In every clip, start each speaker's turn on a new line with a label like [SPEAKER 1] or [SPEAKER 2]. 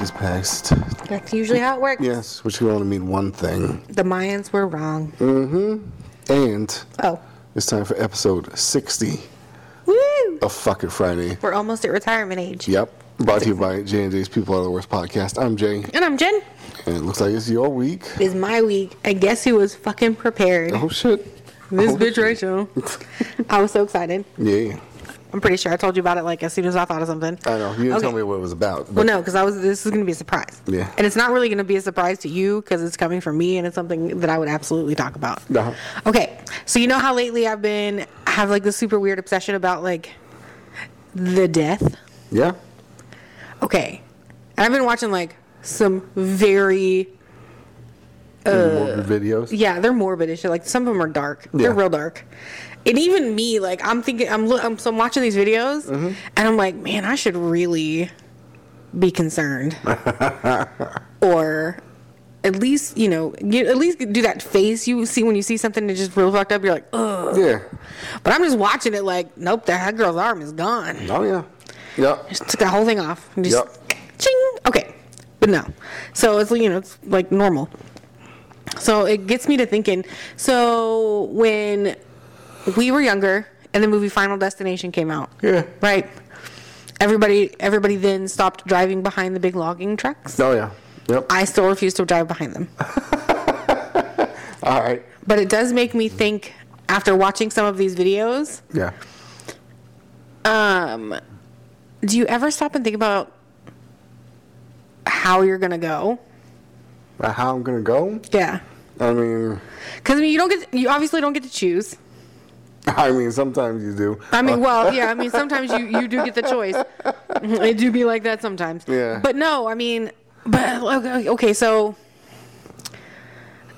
[SPEAKER 1] is past.
[SPEAKER 2] That's usually how it works.
[SPEAKER 1] Yes, which can only mean one thing.
[SPEAKER 2] The Mayans were wrong.
[SPEAKER 1] Mm. And
[SPEAKER 2] Oh.
[SPEAKER 1] it's time for episode 60
[SPEAKER 2] Woo!
[SPEAKER 1] of Fuck It Friday.
[SPEAKER 2] We're almost at retirement age.
[SPEAKER 1] Yep. Brought to you by J&J's People Are the Worst podcast. I'm Jay,
[SPEAKER 2] And I'm Jen.
[SPEAKER 1] and it looks like it's your week.
[SPEAKER 2] It is my week. I guess he was fucking prepared.
[SPEAKER 1] Oh, shit.
[SPEAKER 2] This
[SPEAKER 1] Oh,
[SPEAKER 2] bitch
[SPEAKER 1] shit.
[SPEAKER 2] Rachel. I was so excited.
[SPEAKER 1] Yeah.
[SPEAKER 2] I'm pretty sure I told you about it like as soon as I thought of something.
[SPEAKER 1] I know. You didn't
[SPEAKER 2] Okay.
[SPEAKER 1] tell me what it was about.
[SPEAKER 2] Well,
[SPEAKER 1] But
[SPEAKER 2] no, because I was. This is going to be a surprise.
[SPEAKER 1] Yeah.
[SPEAKER 2] And it's not really going to be a surprise to you because it's coming from me and it's something that I would absolutely talk about.
[SPEAKER 1] Uh-huh.
[SPEAKER 2] Okay, so you know how lately I've been I have like this super weird obsession about like the death.
[SPEAKER 1] Yeah.
[SPEAKER 2] Okay, and I've been watching like some very Uh,
[SPEAKER 1] Morbid videos.
[SPEAKER 2] yeah they're morbid and shit. Like some of them are dark. They're
[SPEAKER 1] Yeah.
[SPEAKER 2] real dark. And even me, like I'm thinking, I'm look, I'm, so I'm watching these videos, and I'm like, man, I should really be concerned, or at least you know, you, at least do that face you see when you see something that's just real fucked up. You're like, ugh.
[SPEAKER 1] Yeah.
[SPEAKER 2] But I'm just watching it like, nope, that, that girl's arm is gone.
[SPEAKER 1] Oh, yeah. Yep.
[SPEAKER 2] Just took that whole thing off. And just
[SPEAKER 1] Yep.
[SPEAKER 2] ching. Okay. But no. So it's you know, it's like normal. So it gets me to thinking, so when we were younger and the movie Final Destination came out.
[SPEAKER 1] Yeah.
[SPEAKER 2] Right? Everybody everybody then stopped driving behind the big logging trucks.
[SPEAKER 1] Oh, yeah. Yep.
[SPEAKER 2] I still refuse to drive behind them.
[SPEAKER 1] All right.
[SPEAKER 2] But it does make me think after watching some of these videos,
[SPEAKER 1] Yeah.
[SPEAKER 2] um do you ever stop and think about how you're gonna go
[SPEAKER 1] About how I'm going to go?
[SPEAKER 2] yeah
[SPEAKER 1] I mean...
[SPEAKER 2] because i mean you don't get you obviously don't get to choose
[SPEAKER 1] I mean, sometimes you do.
[SPEAKER 2] i mean well yeah i mean sometimes you you do get the choice it do be like that sometimes
[SPEAKER 1] Yeah.
[SPEAKER 2] but no i mean but okay, okay so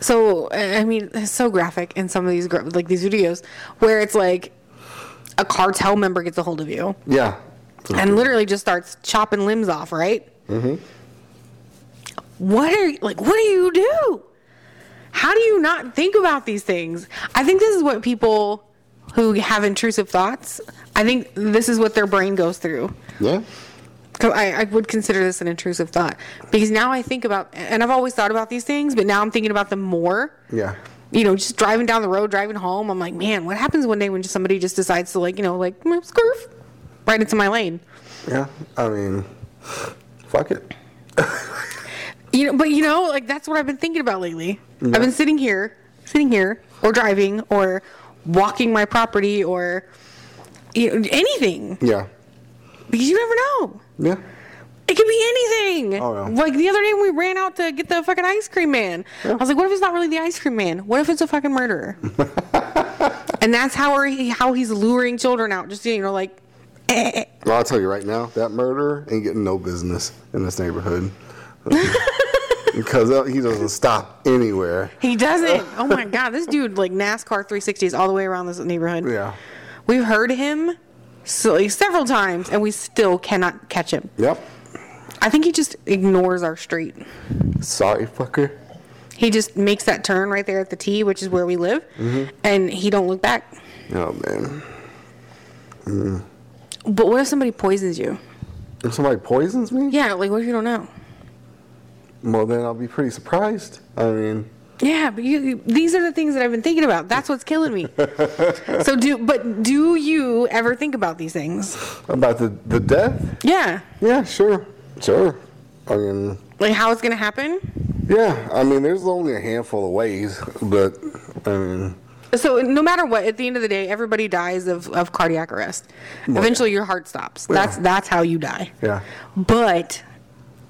[SPEAKER 2] so i I mean it's so graphic in some of these gra- like these videos where it's like a cartel member gets a hold of you
[SPEAKER 1] Yeah.
[SPEAKER 2] and literally just starts chopping limbs off, right? Mm-hmm. What are like? What do you do? How do you not think about these things? I think this is what people who have intrusive thoughts. I think this is what their brain goes through.
[SPEAKER 1] Yeah.
[SPEAKER 2] 'Cause I, I would consider this an intrusive thought because now I think about, and I've always thought about these things, but now I'm thinking about them more
[SPEAKER 1] Yeah.
[SPEAKER 2] you know, just driving down the road, driving home, I'm like, man, what happens one day when just somebody just decides to like, you know, like mm, scarf right into my lane,
[SPEAKER 1] Yeah. I mean, fuck it.
[SPEAKER 2] you know? But you know, like that's what I've been thinking about lately. I've been sitting here, sitting here, or driving, or walking my property, or you know, anything
[SPEAKER 1] Yeah.
[SPEAKER 2] because you never know.
[SPEAKER 1] Yeah.
[SPEAKER 2] It could be anything.
[SPEAKER 1] Oh, yeah.
[SPEAKER 2] Like the other day when we ran out to get the fucking ice cream man. I was like, what if it's not really the ice cream man? What if it's a fucking murderer? and that's how are he, how he's luring children out. Just you know, like eh, eh, eh.
[SPEAKER 1] Well, I'll tell you right now, that murderer ain't getting no business in this neighborhood. because uh, he doesn't stop anywhere.
[SPEAKER 2] he doesn't. oh my god, this dude like NASCAR 360s all the way around this neighborhood.
[SPEAKER 1] Yeah.
[SPEAKER 2] We've heard him so, like, several times, and we still cannot catch him.
[SPEAKER 1] Yep.
[SPEAKER 2] I think he just ignores our street.
[SPEAKER 1] Sorry, fucker.
[SPEAKER 2] He just makes that turn right there at the T, which is where we live, and he don't look back.
[SPEAKER 1] Oh, man.
[SPEAKER 2] But what if somebody poisons you?
[SPEAKER 1] If somebody poisons me,
[SPEAKER 2] Yeah, like what if you don't know?
[SPEAKER 1] well, then I'll be pretty surprised. I mean,
[SPEAKER 2] Yeah, but you, you- these are the things that I've been thinking about. That's what's killing me. so do, but do you ever think about these things?
[SPEAKER 1] about the, the death?
[SPEAKER 2] Yeah,
[SPEAKER 1] Yeah, sure. Sure. I mean,
[SPEAKER 2] like how it's gonna happen.
[SPEAKER 1] yeah. I mean, there's only a handful of ways, but, I mean,
[SPEAKER 2] So no matter what, at the end of the day, everybody dies of, of cardiac arrest. Eventually, your heart stops. That's that's how you die.
[SPEAKER 1] yeah.
[SPEAKER 2] But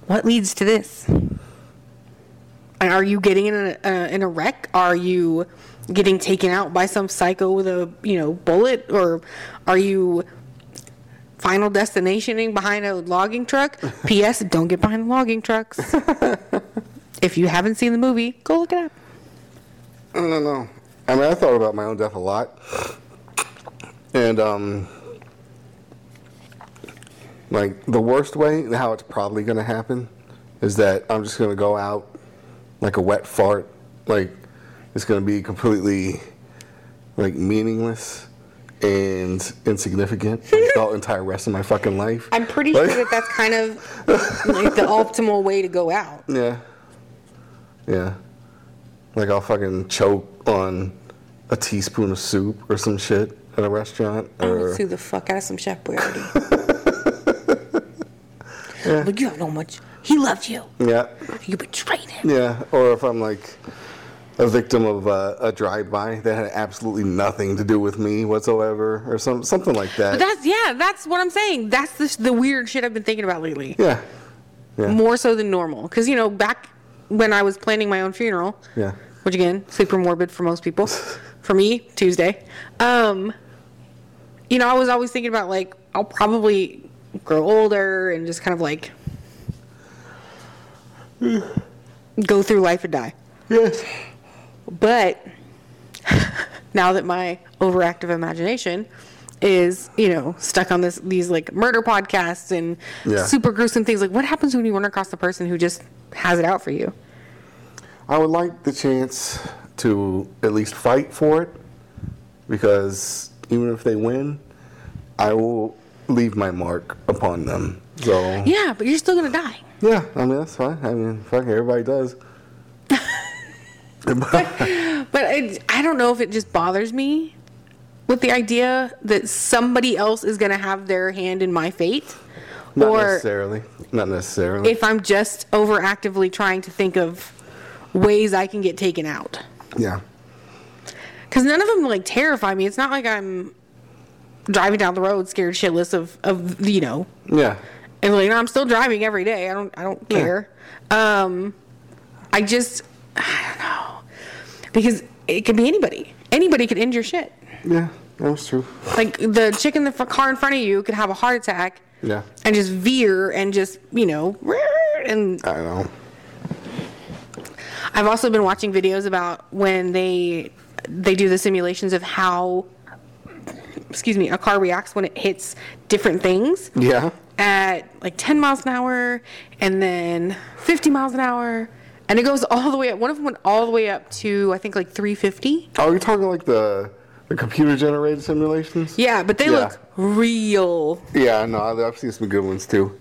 [SPEAKER 2] what leads to this? And Are you getting in a, uh, in a wreck? Are you getting taken out by some psycho with a you know bullet, or are you final destinationing behind a logging truck? P.S. Don't get behind logging trucks. if you haven't seen the movie, go look it up.
[SPEAKER 1] I don't know. I mean, I thought about my own death a lot, and um, like the worst way, how it's probably going to happen, is that I'm just going to go out like a wet fart, like it's going to be completely like meaningless, and insignificant the entire rest of my fucking life.
[SPEAKER 2] I'm pretty
[SPEAKER 1] Like-
[SPEAKER 2] sure that that's kind of like the optimal way to go out.
[SPEAKER 1] Yeah. Yeah. Like I'll fucking choke on a teaspoon of soup or some shit at a restaurant.
[SPEAKER 2] I would
[SPEAKER 1] Or
[SPEAKER 2] sue the fuck out of some Chef Boyardee. Like you don't know much. He loved you.
[SPEAKER 1] yeah,
[SPEAKER 2] You betrayed him.
[SPEAKER 1] yeah. Or if I'm like a victim of uh, a drive-by that had absolutely nothing to do with me whatsoever, or some something like that.
[SPEAKER 2] But that's yeah. That's what I'm saying. That's the the weird shit I've been thinking about lately.
[SPEAKER 1] yeah. Yeah.
[SPEAKER 2] More so than normal, because you know back when I was planning my own funeral.
[SPEAKER 1] Yeah.
[SPEAKER 2] Which again, sleeper morbid for most people. For me, Tuesday. Um, you know, I was always thinking about like I'll probably grow older and just kind of like go through life and die.
[SPEAKER 1] Yes.
[SPEAKER 2] But now that my overactive imagination is, you know, stuck on this these like murder podcasts and
[SPEAKER 1] Yeah.
[SPEAKER 2] super gruesome things, like what happens when you run across the person who just has it out for you?
[SPEAKER 1] I would like the chance to at least fight for it because even if they win, I will leave my mark upon them. So
[SPEAKER 2] Yeah, but you're still gonna die.
[SPEAKER 1] yeah, I mean that's fine. I mean fuck, everybody does.
[SPEAKER 2] But it, I don't know if it just bothers me with the idea that somebody else is going to have their hand in my fate.
[SPEAKER 1] Not
[SPEAKER 2] or
[SPEAKER 1] necessarily. Not necessarily.
[SPEAKER 2] if I'm just overactively trying to think of ways I can get taken out.
[SPEAKER 1] yeah.
[SPEAKER 2] Because none of them like terrify me. It's not like I'm driving down the road scared shitless of, of you know,
[SPEAKER 1] Yeah.
[SPEAKER 2] and like I'm still driving every day. I don't I don't
[SPEAKER 1] Yeah.
[SPEAKER 2] care. Um, I just I don't know because it could be anybody. Anybody could end your shit.
[SPEAKER 1] Yeah. That's true.
[SPEAKER 2] like the chick in the f- car in front of you could have a heart attack
[SPEAKER 1] Yeah.
[SPEAKER 2] and just veer and just you know and
[SPEAKER 1] I don't know.
[SPEAKER 2] i've also been watching videos about when they they do the simulations of how excuse me a car reacts when it hits different things
[SPEAKER 1] Yeah.
[SPEAKER 2] at like 10 miles an hour and then 50 miles an hour and it goes all the way up one of them went all the way up to i think like 350
[SPEAKER 1] Are you talking like the the computer generated simulations?
[SPEAKER 2] yeah but they
[SPEAKER 1] Yeah.
[SPEAKER 2] look real
[SPEAKER 1] Yeah, no, I- I've seen some good ones too.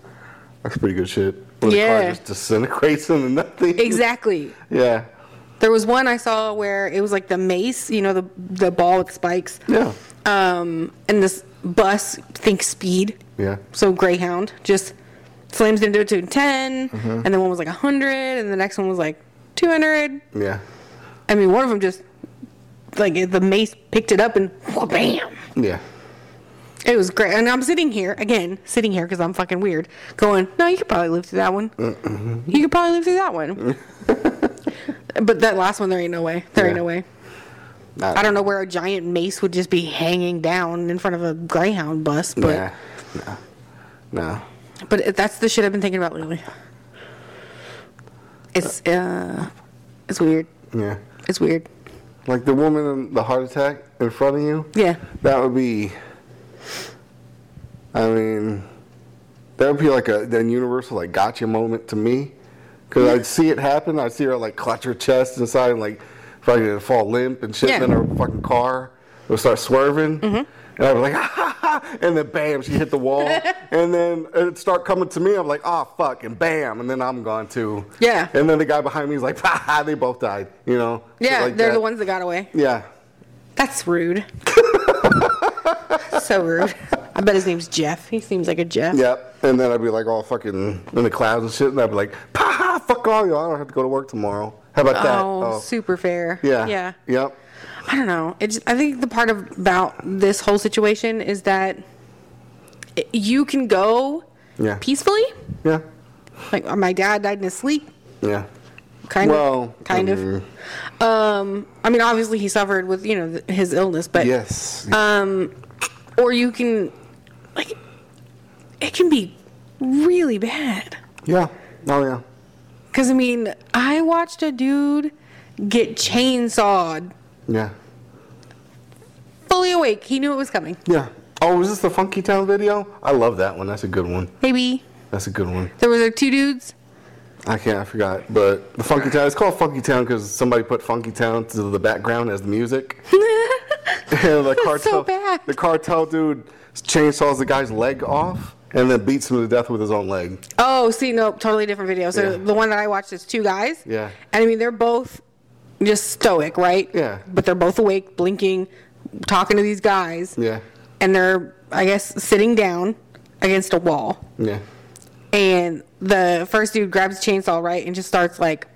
[SPEAKER 1] That's pretty good shit. When the
[SPEAKER 2] Yeah.
[SPEAKER 1] car just disintegrates into nothing.
[SPEAKER 2] exactly
[SPEAKER 1] Yeah.
[SPEAKER 2] There was one I saw where it was like the mace, you know, the the ball with spikes.
[SPEAKER 1] Yeah.
[SPEAKER 2] Um, and this bus think speed.
[SPEAKER 1] Yeah.
[SPEAKER 2] So Greyhound just slams into it to 10
[SPEAKER 1] Mm-hmm.
[SPEAKER 2] and then one was like hundred, and the next one was like two hundred.
[SPEAKER 1] Yeah.
[SPEAKER 2] I mean, one of them just like the mace picked it up and bam.
[SPEAKER 1] Yeah.
[SPEAKER 2] It was great, and I'm sitting here again, sitting here because I'm fucking weird. Going, no, you could probably live through that one.
[SPEAKER 1] Mm-hmm.
[SPEAKER 2] You could probably live through that one. but that last one, there ain't no way. There ain't
[SPEAKER 1] Yeah.
[SPEAKER 2] no way.
[SPEAKER 1] Not,
[SPEAKER 2] I don't know where a giant mace would just be hanging down in front of a Greyhound bus, but
[SPEAKER 1] Nah. Nah. Nah.
[SPEAKER 2] but it- that's the shit I've been thinking about lately. It's uh, it's weird.
[SPEAKER 1] Yeah.
[SPEAKER 2] It's weird.
[SPEAKER 1] Like the woman in the heart attack in front of you.
[SPEAKER 2] Yeah.
[SPEAKER 1] That would be. I mean, that would be like a an universal like gotcha moment to me, because I'd see it happen. I'd see her like clutch her chest inside and like fucking fall limp and shit.
[SPEAKER 2] Yeah. Mm-hmm.
[SPEAKER 1] And then her fucking car would start swerving, and I'd be like, ha ha, ha," and then bam, she hit the wall, and then it'd start coming to me. I'm like, ah, fuck, and bam, and then I'm gone too.
[SPEAKER 2] Yeah.
[SPEAKER 1] And then the guy behind me is like, ha ha, they both died. You know. shit
[SPEAKER 2] Yeah,
[SPEAKER 1] like
[SPEAKER 2] they're
[SPEAKER 1] that.
[SPEAKER 2] the ones that got away.
[SPEAKER 1] Yeah.
[SPEAKER 2] That's rude. so rude. I bet his name's Jeff. He seems like a Jeff.
[SPEAKER 1] Yep. And then I'd be like all fucking in the clouds and shit, and I'd be like, "Ha, fuck all y'all! I don't have to go to work tomorrow." How about that?
[SPEAKER 2] Oh, super fair.
[SPEAKER 1] yeah.
[SPEAKER 2] Yeah.
[SPEAKER 1] Yep.
[SPEAKER 2] I don't know. It's I think the part of, about this whole situation is that i- you can go
[SPEAKER 1] Yeah.
[SPEAKER 2] peacefully.
[SPEAKER 1] Yeah.
[SPEAKER 2] Like oh my dad died in his sleep,
[SPEAKER 1] Yeah.
[SPEAKER 2] kind
[SPEAKER 1] Well,
[SPEAKER 2] of. Kind
[SPEAKER 1] mm.
[SPEAKER 2] of. Um, I mean, obviously he suffered with you know th- his illness, but um,
[SPEAKER 1] Yes.
[SPEAKER 2] uh, or you can like it can be really bad.
[SPEAKER 1] yeah. Oh yeah.
[SPEAKER 2] Because I mean, I watched a dude get chainsawed,
[SPEAKER 1] Yeah.
[SPEAKER 2] fully awake. He knew it was coming.
[SPEAKER 1] Yeah. Oh, was this the Funky Town video? I love that one. That's a good one.
[SPEAKER 2] Maybe
[SPEAKER 1] That's a good one.
[SPEAKER 2] there was like two dudes.
[SPEAKER 1] I can't. I forgot. But the Funky Town. It's called Funky Town because somebody put Funky Town to the background as the music. And the cartel,
[SPEAKER 2] That's so bad.
[SPEAKER 1] the cartel dude chainsaws the guy's leg off and then beats him to death with his own leg.
[SPEAKER 2] Oh, see, no, totally different video. So
[SPEAKER 1] Yeah.
[SPEAKER 2] the one that I watched is two guys.
[SPEAKER 1] Yeah.
[SPEAKER 2] And I mean, they're both just stoic, right?
[SPEAKER 1] Yeah.
[SPEAKER 2] But they're both awake, blinking, talking to these guys.
[SPEAKER 1] Yeah,
[SPEAKER 2] And they're, I guess, sitting down against a wall.
[SPEAKER 1] yeah,
[SPEAKER 2] And the first dude grabs a chainsaw, right? And just starts like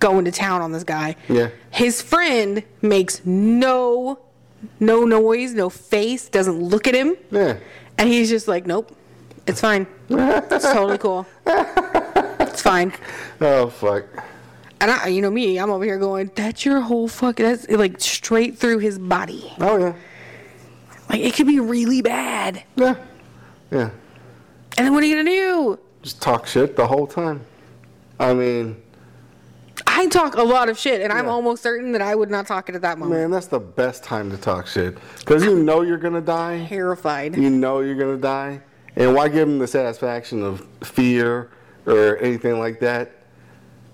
[SPEAKER 2] going to town on this guy.
[SPEAKER 1] Yeah.
[SPEAKER 2] His friend makes no, no noise, no face, doesn't look at him.
[SPEAKER 1] yeah.
[SPEAKER 2] And he's just like, nope, it's fine. it's totally cool. It's fine.
[SPEAKER 1] Oh fuck.
[SPEAKER 2] And I, you know me, I'm over here going, that's your whole fucking, that's like straight through his body.
[SPEAKER 1] Oh yeah,
[SPEAKER 2] Like it could be really bad.
[SPEAKER 1] yeah, yeah.
[SPEAKER 2] And then what are you gonna do?
[SPEAKER 1] Just talk shit the whole time. I mean,
[SPEAKER 2] I talk a lot of shit, and I'm
[SPEAKER 1] Yeah.
[SPEAKER 2] almost certain that I would not talk it at that moment.
[SPEAKER 1] man, that's the best time to talk shit because you know you're gonna die.
[SPEAKER 2] Terrified.
[SPEAKER 1] you know you're gonna die, and why give him the satisfaction of fear or anything like that?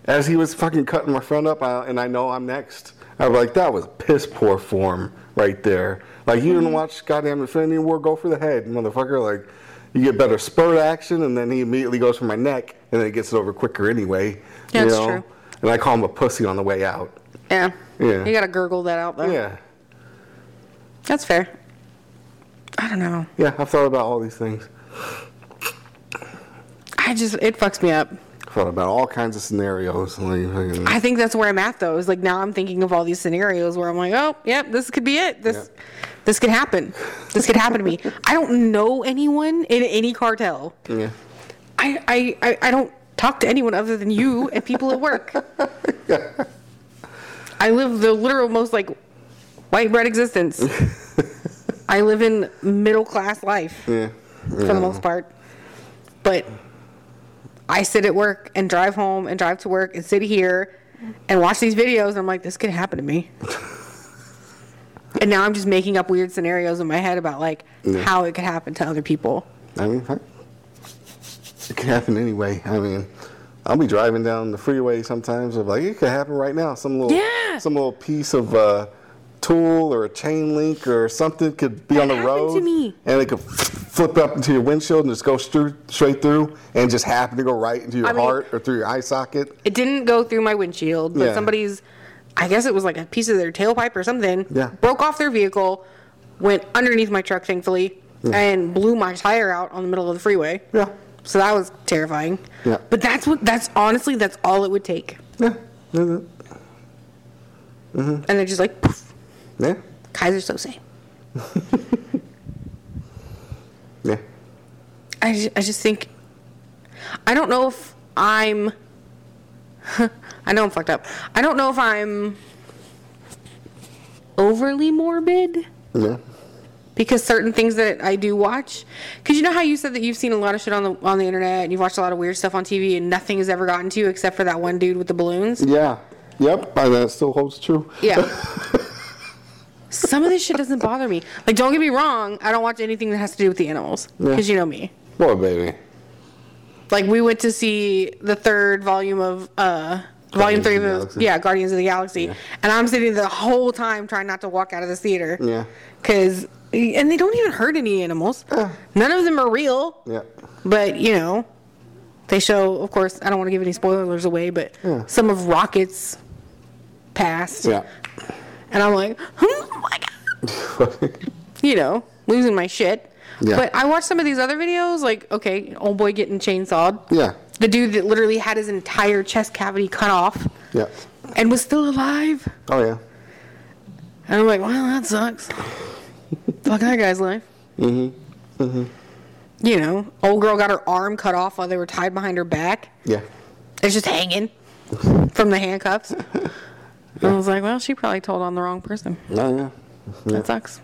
[SPEAKER 1] As he was fucking cutting my friend up, I, and I know I'm next. I was like, that was piss poor form right there. Like you
[SPEAKER 2] Mm-hmm.
[SPEAKER 1] didn't watch goddamn Infinity War go for the head, motherfucker. Like you get better spurt action, and then he immediately goes for my neck, and then he gets it over quicker anyway.
[SPEAKER 2] Yeah,
[SPEAKER 1] you
[SPEAKER 2] that's
[SPEAKER 1] know?
[SPEAKER 2] true.
[SPEAKER 1] And I call him a pussy on the way out.
[SPEAKER 2] Yeah.
[SPEAKER 1] Yeah.
[SPEAKER 2] You gotta gurgle that out though.
[SPEAKER 1] Yeah,
[SPEAKER 2] That's fair. I don't know.
[SPEAKER 1] yeah. I've thought about all these things.
[SPEAKER 2] I just it fucks me up.
[SPEAKER 1] I've thought about all kinds of scenarios. Like, fucking-
[SPEAKER 2] I think that's where I'm at though. Is like now I'm thinking of all these scenarios where I'm like, oh, yep, this could be it. This,
[SPEAKER 1] Yeah.
[SPEAKER 2] this could happen. This could happen to me. I don't know anyone in any cartel.
[SPEAKER 1] yeah.
[SPEAKER 2] I, I, I, I don't talk to anyone other than you and people at work. I live the literal most like white bread existence. I live in middle class life
[SPEAKER 1] Yeah.
[SPEAKER 2] for the most part. But I sit at work and drive home and drive to work and sit here and watch these videos and I'm like, this could happen to me. and now I'm just making up weird scenarios in my head about like
[SPEAKER 1] Yeah.
[SPEAKER 2] how it could happen to other people.
[SPEAKER 1] I mean, fuck. it can happen anyway. I mean, I'll be driving down the freeway sometimes. I'm like, it could happen right now. Some little,
[SPEAKER 2] Yeah.
[SPEAKER 1] some little piece of uh, tool or a chain link or something could be on the
[SPEAKER 2] happened
[SPEAKER 1] road,
[SPEAKER 2] to me.
[SPEAKER 1] and it could flip up into your windshield and just go stru- straight through, and just happen to go right into your
[SPEAKER 2] I mean-
[SPEAKER 1] heart or through your eye socket.
[SPEAKER 2] It didn't go through my windshield, but
[SPEAKER 1] Yeah.
[SPEAKER 2] somebody's, I guess it was like a piece of their tailpipe or something,
[SPEAKER 1] Yeah.
[SPEAKER 2] broke off their vehicle, went underneath my truck, thankfully, and blew my tire out on the middle of the freeway.
[SPEAKER 1] Yeah,
[SPEAKER 2] So that was terrifying.
[SPEAKER 1] Yeah.
[SPEAKER 2] But that's what, that's honestly, that's all it would take.
[SPEAKER 1] yeah, yeah, yeah.
[SPEAKER 2] And they're just like, poof,
[SPEAKER 1] yeah.
[SPEAKER 2] Kaiser Sose.
[SPEAKER 1] yeah.
[SPEAKER 2] I just, I just think, I don't know if I'm, I know I'm fucked up. I don't know if I'm overly morbid.
[SPEAKER 1] Yeah.
[SPEAKER 2] because certain things that I do watch, because you know how you said that you've seen a lot of shit on the on the internet and you've watched a lot of weird stuff on TV and nothing has ever gotten to you except for that one dude with the balloons.
[SPEAKER 1] Yeah. Yep. And that still holds true.
[SPEAKER 2] Yeah. Some of this shit doesn't bother me. Like, don't get me wrong, I don't watch anything that has to do with the animals
[SPEAKER 1] Yeah.
[SPEAKER 2] because you know me.
[SPEAKER 1] Boy, baby.
[SPEAKER 2] Like, we went to see the third volume of uh. Volume
[SPEAKER 1] Guardians
[SPEAKER 2] three
[SPEAKER 1] of the
[SPEAKER 2] of, the
[SPEAKER 1] Galaxy.
[SPEAKER 2] yeah, Guardians of the Galaxy, and I'm sitting the whole time trying not to walk out of this theater.
[SPEAKER 1] Yeah.
[SPEAKER 2] cause and they don't even hurt any animals. None of them are real.
[SPEAKER 1] Yeah.
[SPEAKER 2] But you know, they show. Of course, I don't want to give any spoilers away, but
[SPEAKER 1] Yeah.
[SPEAKER 2] some of Rocket's past,
[SPEAKER 1] Yeah.
[SPEAKER 2] and I'm like, oh my god, you know, losing my shit.
[SPEAKER 1] Yeah.
[SPEAKER 2] But I watched some of these other videos, like okay, old boy getting chainsawed,
[SPEAKER 1] yeah.
[SPEAKER 2] the dude that literally had his entire chest cavity cut off
[SPEAKER 1] Yeah.
[SPEAKER 2] and was still alive.
[SPEAKER 1] Oh yeah.
[SPEAKER 2] And I'm like, well, that sucks. Fuck that guy's life. Mm-hmm. Mm-hmm. You know, old girl got her arm cut off while they were tied behind her back.
[SPEAKER 1] Yeah.
[SPEAKER 2] It's just hanging from the handcuffs. And I was like, well, she probably told on the wrong person.
[SPEAKER 1] Oh yeah. Uh,
[SPEAKER 2] That sucks.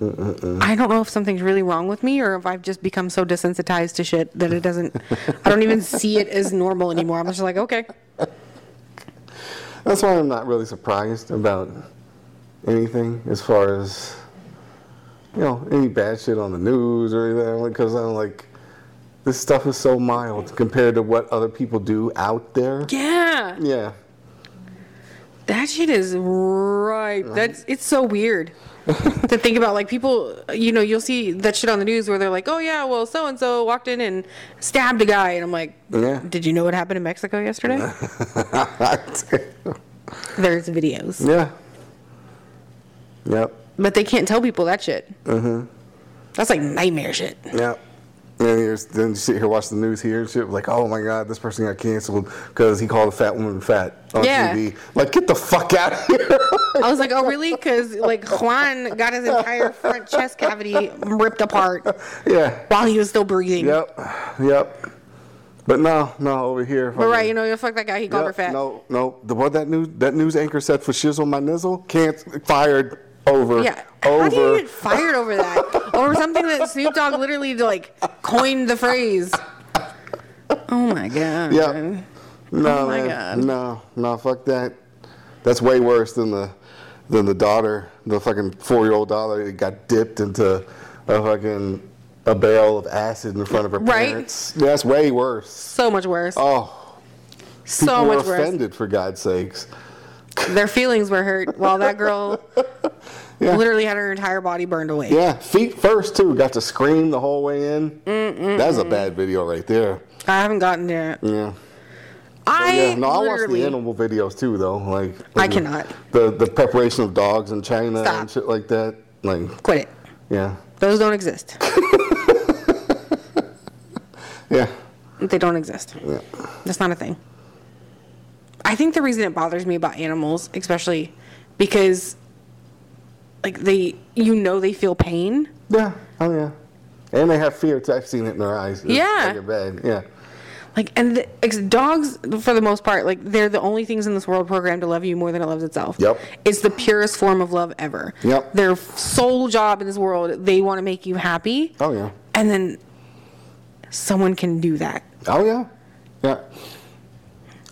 [SPEAKER 2] I don't know if something's really wrong with me or if I've just become so desensitized to shit that it doesn't, I don't even see it as normal anymore. I'm just like, okay.
[SPEAKER 1] That's why I'm not really surprised about anything as far as you know any bad shit on the news or anything because I'm like this stuff is so mild compared to what other people do out there.
[SPEAKER 2] Yeah.
[SPEAKER 1] Yeah.
[SPEAKER 2] That shit is ripe.
[SPEAKER 1] Uh-huh.
[SPEAKER 2] That's it's so weird to think about. Like people, you know, you'll see that shit on the news where they're like, "Oh yeah, well, so and so walked in and stabbed a guy," and I'm like,
[SPEAKER 1] Yeah. Uh-huh.
[SPEAKER 2] "Did you know what happened in Mexico yesterday?" There's videos,
[SPEAKER 1] yeah. Yep.
[SPEAKER 2] but they can't tell people that shit. Mm-hmm.
[SPEAKER 1] Uh-huh.
[SPEAKER 2] That's like nightmare shit.
[SPEAKER 1] Yep. And then, you're, then you sit here watch the news here and shit like, oh my god, this person got canceled because he called a fat woman fat on
[SPEAKER 2] Yeah.
[SPEAKER 1] TV. Like, get the fuck out of here.
[SPEAKER 2] I was like, "Oh really?" Because like Juan got his entire front chest cavity ripped apart
[SPEAKER 1] yeah.
[SPEAKER 2] while he was still breathing.
[SPEAKER 1] Yep. Yep. But no, no, over here.
[SPEAKER 2] But right,
[SPEAKER 1] fucking-
[SPEAKER 2] you know, you fuck that guy. He called her
[SPEAKER 1] Yep,
[SPEAKER 2] fat.
[SPEAKER 1] No, no. The what that news that news anchor said for shizzle my nizzle can't fired over.
[SPEAKER 2] Yeah.
[SPEAKER 1] Over.
[SPEAKER 2] How do you get fired over that? over something that Snoop Dogg literally like coined the phrase. Oh my god.
[SPEAKER 1] Yep. No,
[SPEAKER 2] Oh my
[SPEAKER 1] man.
[SPEAKER 2] God.
[SPEAKER 1] No, no, fuck that. That's way worse than the than the daughter, the fucking four year old daughter that got dipped into a fucking a barrel of acid in front of her
[SPEAKER 2] Right.
[SPEAKER 1] parents. Yeah, that's way worse.
[SPEAKER 2] So much worse.
[SPEAKER 1] Oh, people
[SPEAKER 2] so
[SPEAKER 1] were
[SPEAKER 2] much worse.
[SPEAKER 1] offended for God's sakes.
[SPEAKER 2] Their feelings were hurt while that girl
[SPEAKER 1] Yeah.
[SPEAKER 2] literally had her entire body burned away.
[SPEAKER 1] Yeah, feet first too. Got to scream the whole way in. That's a bad video right there.
[SPEAKER 2] I haven't gotten there.
[SPEAKER 1] Yeah.
[SPEAKER 2] I
[SPEAKER 1] Oh, Yeah, no, I watch
[SPEAKER 2] literally
[SPEAKER 1] the animal videos too, though. Like
[SPEAKER 2] I cannot.
[SPEAKER 1] The the preparation of dogs in China
[SPEAKER 2] Stop.
[SPEAKER 1] and shit like that. Like,
[SPEAKER 2] quit it.
[SPEAKER 1] yeah,
[SPEAKER 2] Those don't exist.
[SPEAKER 1] yeah,
[SPEAKER 2] they don't exist.
[SPEAKER 1] yeah.
[SPEAKER 2] That's not a thing. I think the reason it bothers me about animals, especially because like they you know they feel pain.
[SPEAKER 1] Yeah. Oh yeah. And they have fear too. I've seen it in their eyes. It's
[SPEAKER 2] Yeah.
[SPEAKER 1] fucking bad. Yeah.
[SPEAKER 2] Like and the, ex- dogs for the most part, like they're the only things in this world programmed to love you more than it loves itself.
[SPEAKER 1] Yep.
[SPEAKER 2] It's the purest form of love ever.
[SPEAKER 1] Yep.
[SPEAKER 2] Their sole job in this world, they want to make you happy.
[SPEAKER 1] Oh yeah.
[SPEAKER 2] And then someone can do that.
[SPEAKER 1] Oh yeah. Yeah.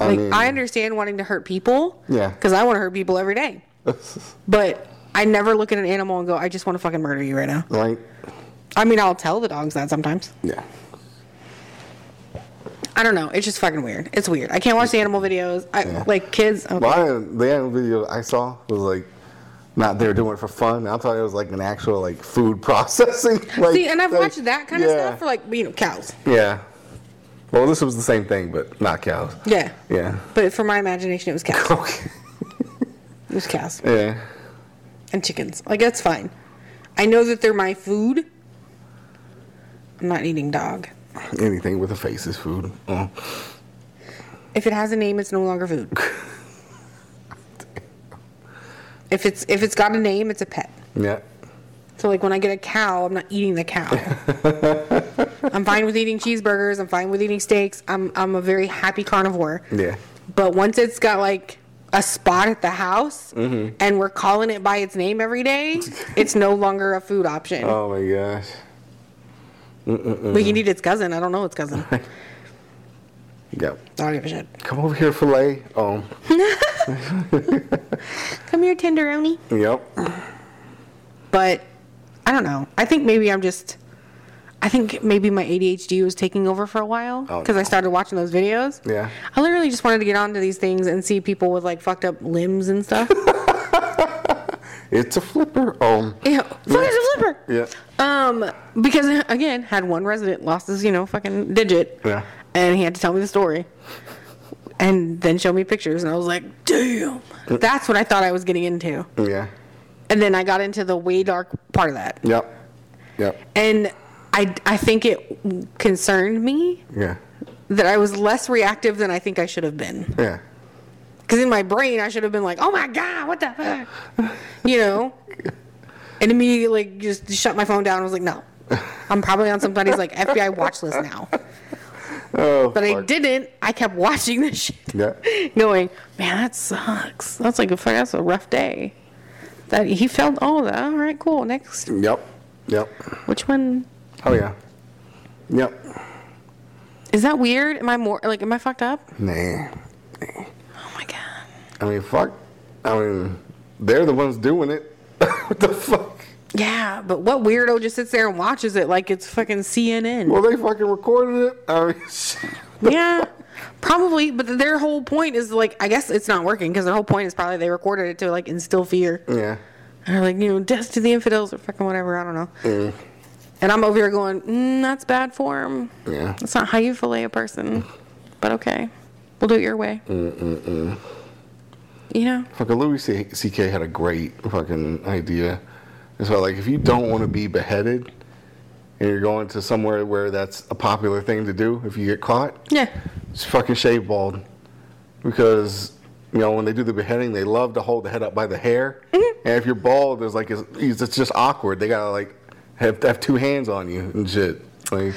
[SPEAKER 1] I
[SPEAKER 2] Like
[SPEAKER 1] mean,
[SPEAKER 2] I understand wanting to hurt people.
[SPEAKER 1] Yeah.
[SPEAKER 2] Because I want to hurt people every day. But I never look at an animal and go, I just want to fucking murder you right now.
[SPEAKER 1] like,
[SPEAKER 2] I mean, I'll tell the dogs that sometimes.
[SPEAKER 1] yeah.
[SPEAKER 2] I don't know. It's just fucking weird. It's weird. I can't watch the animal videos. I,
[SPEAKER 1] Yeah.
[SPEAKER 2] Like kids. oh. Okay.
[SPEAKER 1] Well, I, the animal video I saw was like. Not they were doing it for fun. I thought it was like an actual like food processing. Like,
[SPEAKER 2] See, and I've
[SPEAKER 1] like-
[SPEAKER 2] watched that kind of
[SPEAKER 1] yeah.
[SPEAKER 2] stuff for like you know cows.
[SPEAKER 1] Yeah. Well, this was the same thing, but not cows.
[SPEAKER 2] Yeah.
[SPEAKER 1] Yeah.
[SPEAKER 2] But for my imagination, it was cows.
[SPEAKER 1] Okay.
[SPEAKER 2] It was cows
[SPEAKER 1] Yeah.
[SPEAKER 2] and chickens. Like that's fine. I know that they're my food. I'm not eating dog.
[SPEAKER 1] Anything with a face is food. Mm.
[SPEAKER 2] If it has a name, it's no longer food. if it's if it's got a name, it's a pet.
[SPEAKER 1] Yeah.
[SPEAKER 2] So like when I get a cow, I'm not eating the cow. I'm fine with eating cheeseburgers. I'm fine with eating steaks. I'm I'm a very happy carnivore.
[SPEAKER 1] Yeah.
[SPEAKER 2] But once it's got like a spot at the house and we're calling it by its name every day, it's no longer a food option.
[SPEAKER 1] Oh my gosh.
[SPEAKER 2] We can eat its cousin. I don't know its cousin. I
[SPEAKER 1] Yeah.
[SPEAKER 2] don't give a shit.
[SPEAKER 1] Come over here, fillet. Oh.
[SPEAKER 2] Come here, tenderoni.
[SPEAKER 1] Yep.
[SPEAKER 2] But I don't know. I think maybe I'm just. I think maybe my ADHD was taking over for a while
[SPEAKER 1] Oh,
[SPEAKER 2] because I
[SPEAKER 1] no.
[SPEAKER 2] started watching those videos.
[SPEAKER 1] Yeah.
[SPEAKER 2] I literally just wanted to get onto these things and see people with like fucked up limbs and stuff.
[SPEAKER 1] It's a flipper. Oh.
[SPEAKER 2] Ew, fucking flipper.
[SPEAKER 1] Yeah.
[SPEAKER 2] Um, because again, had one resident lost his, you know, fucking digit.
[SPEAKER 1] Yeah.
[SPEAKER 2] And he had to tell me the story. And then show me pictures, and I was like, damn.
[SPEAKER 1] Uh.
[SPEAKER 2] That's what I thought I was getting into.
[SPEAKER 1] Yeah.
[SPEAKER 2] And then I got into the way dark part of that.
[SPEAKER 1] Yep. Yep.
[SPEAKER 2] And I, I think it concerned me
[SPEAKER 1] Yeah.
[SPEAKER 2] that I was less reactive than I think I should have been.
[SPEAKER 1] Yeah.
[SPEAKER 2] Because in my brain, I should have been like, oh my God, what the fuck? You know? And immediately like, just shut my phone down. I was like, no. I'm probably on somebody's like FBI watch list now.
[SPEAKER 1] Oh.
[SPEAKER 2] But I
[SPEAKER 1] fuck.
[SPEAKER 2] didn't. I kept watching this shit.
[SPEAKER 1] Yeah.
[SPEAKER 2] Going, man, that sucks. That's like a fuck, that's a rough day. That he felt all that. All right, cool. Next.
[SPEAKER 1] Yep. Yep.
[SPEAKER 2] Which one?
[SPEAKER 1] Oh yeah. Yep.
[SPEAKER 2] Is that weird? Am I more like am I fucked up?
[SPEAKER 1] Nah.
[SPEAKER 2] Oh my god.
[SPEAKER 1] I mean, fuck. I mean, they're the ones doing it. what the fuck?
[SPEAKER 2] Yeah, but what weirdo just sits there and watches it like it's fucking CNN?
[SPEAKER 1] Well, they fucking recorded it. I mean, shit.
[SPEAKER 2] Yeah. Probably, but their whole point is like, I guess it's not working because their whole point is probably they recorded it to like instill fear.
[SPEAKER 1] Yeah.
[SPEAKER 2] And they're like, you know, death to the infidels or fucking whatever. I don't know. And I'm over here going, mm, that's bad form.
[SPEAKER 1] Yeah.
[SPEAKER 2] That's not how you fillet a person. But okay, we'll do it your way. Mm-mm-mm. You know,
[SPEAKER 1] Fucking Louis C- C.K. had a great fucking idea. And so, like, if you don't want to be beheaded and you're going to somewhere where that's a popular thing to do, if you get caught,
[SPEAKER 2] yeah,
[SPEAKER 1] just fucking shave bald. Because, you know, when they do the beheading, they love to hold the head up by the hair. And if you're bald, it's like, it's, it's just awkward. They gotta, like, have, have two hands on you and shit. Like,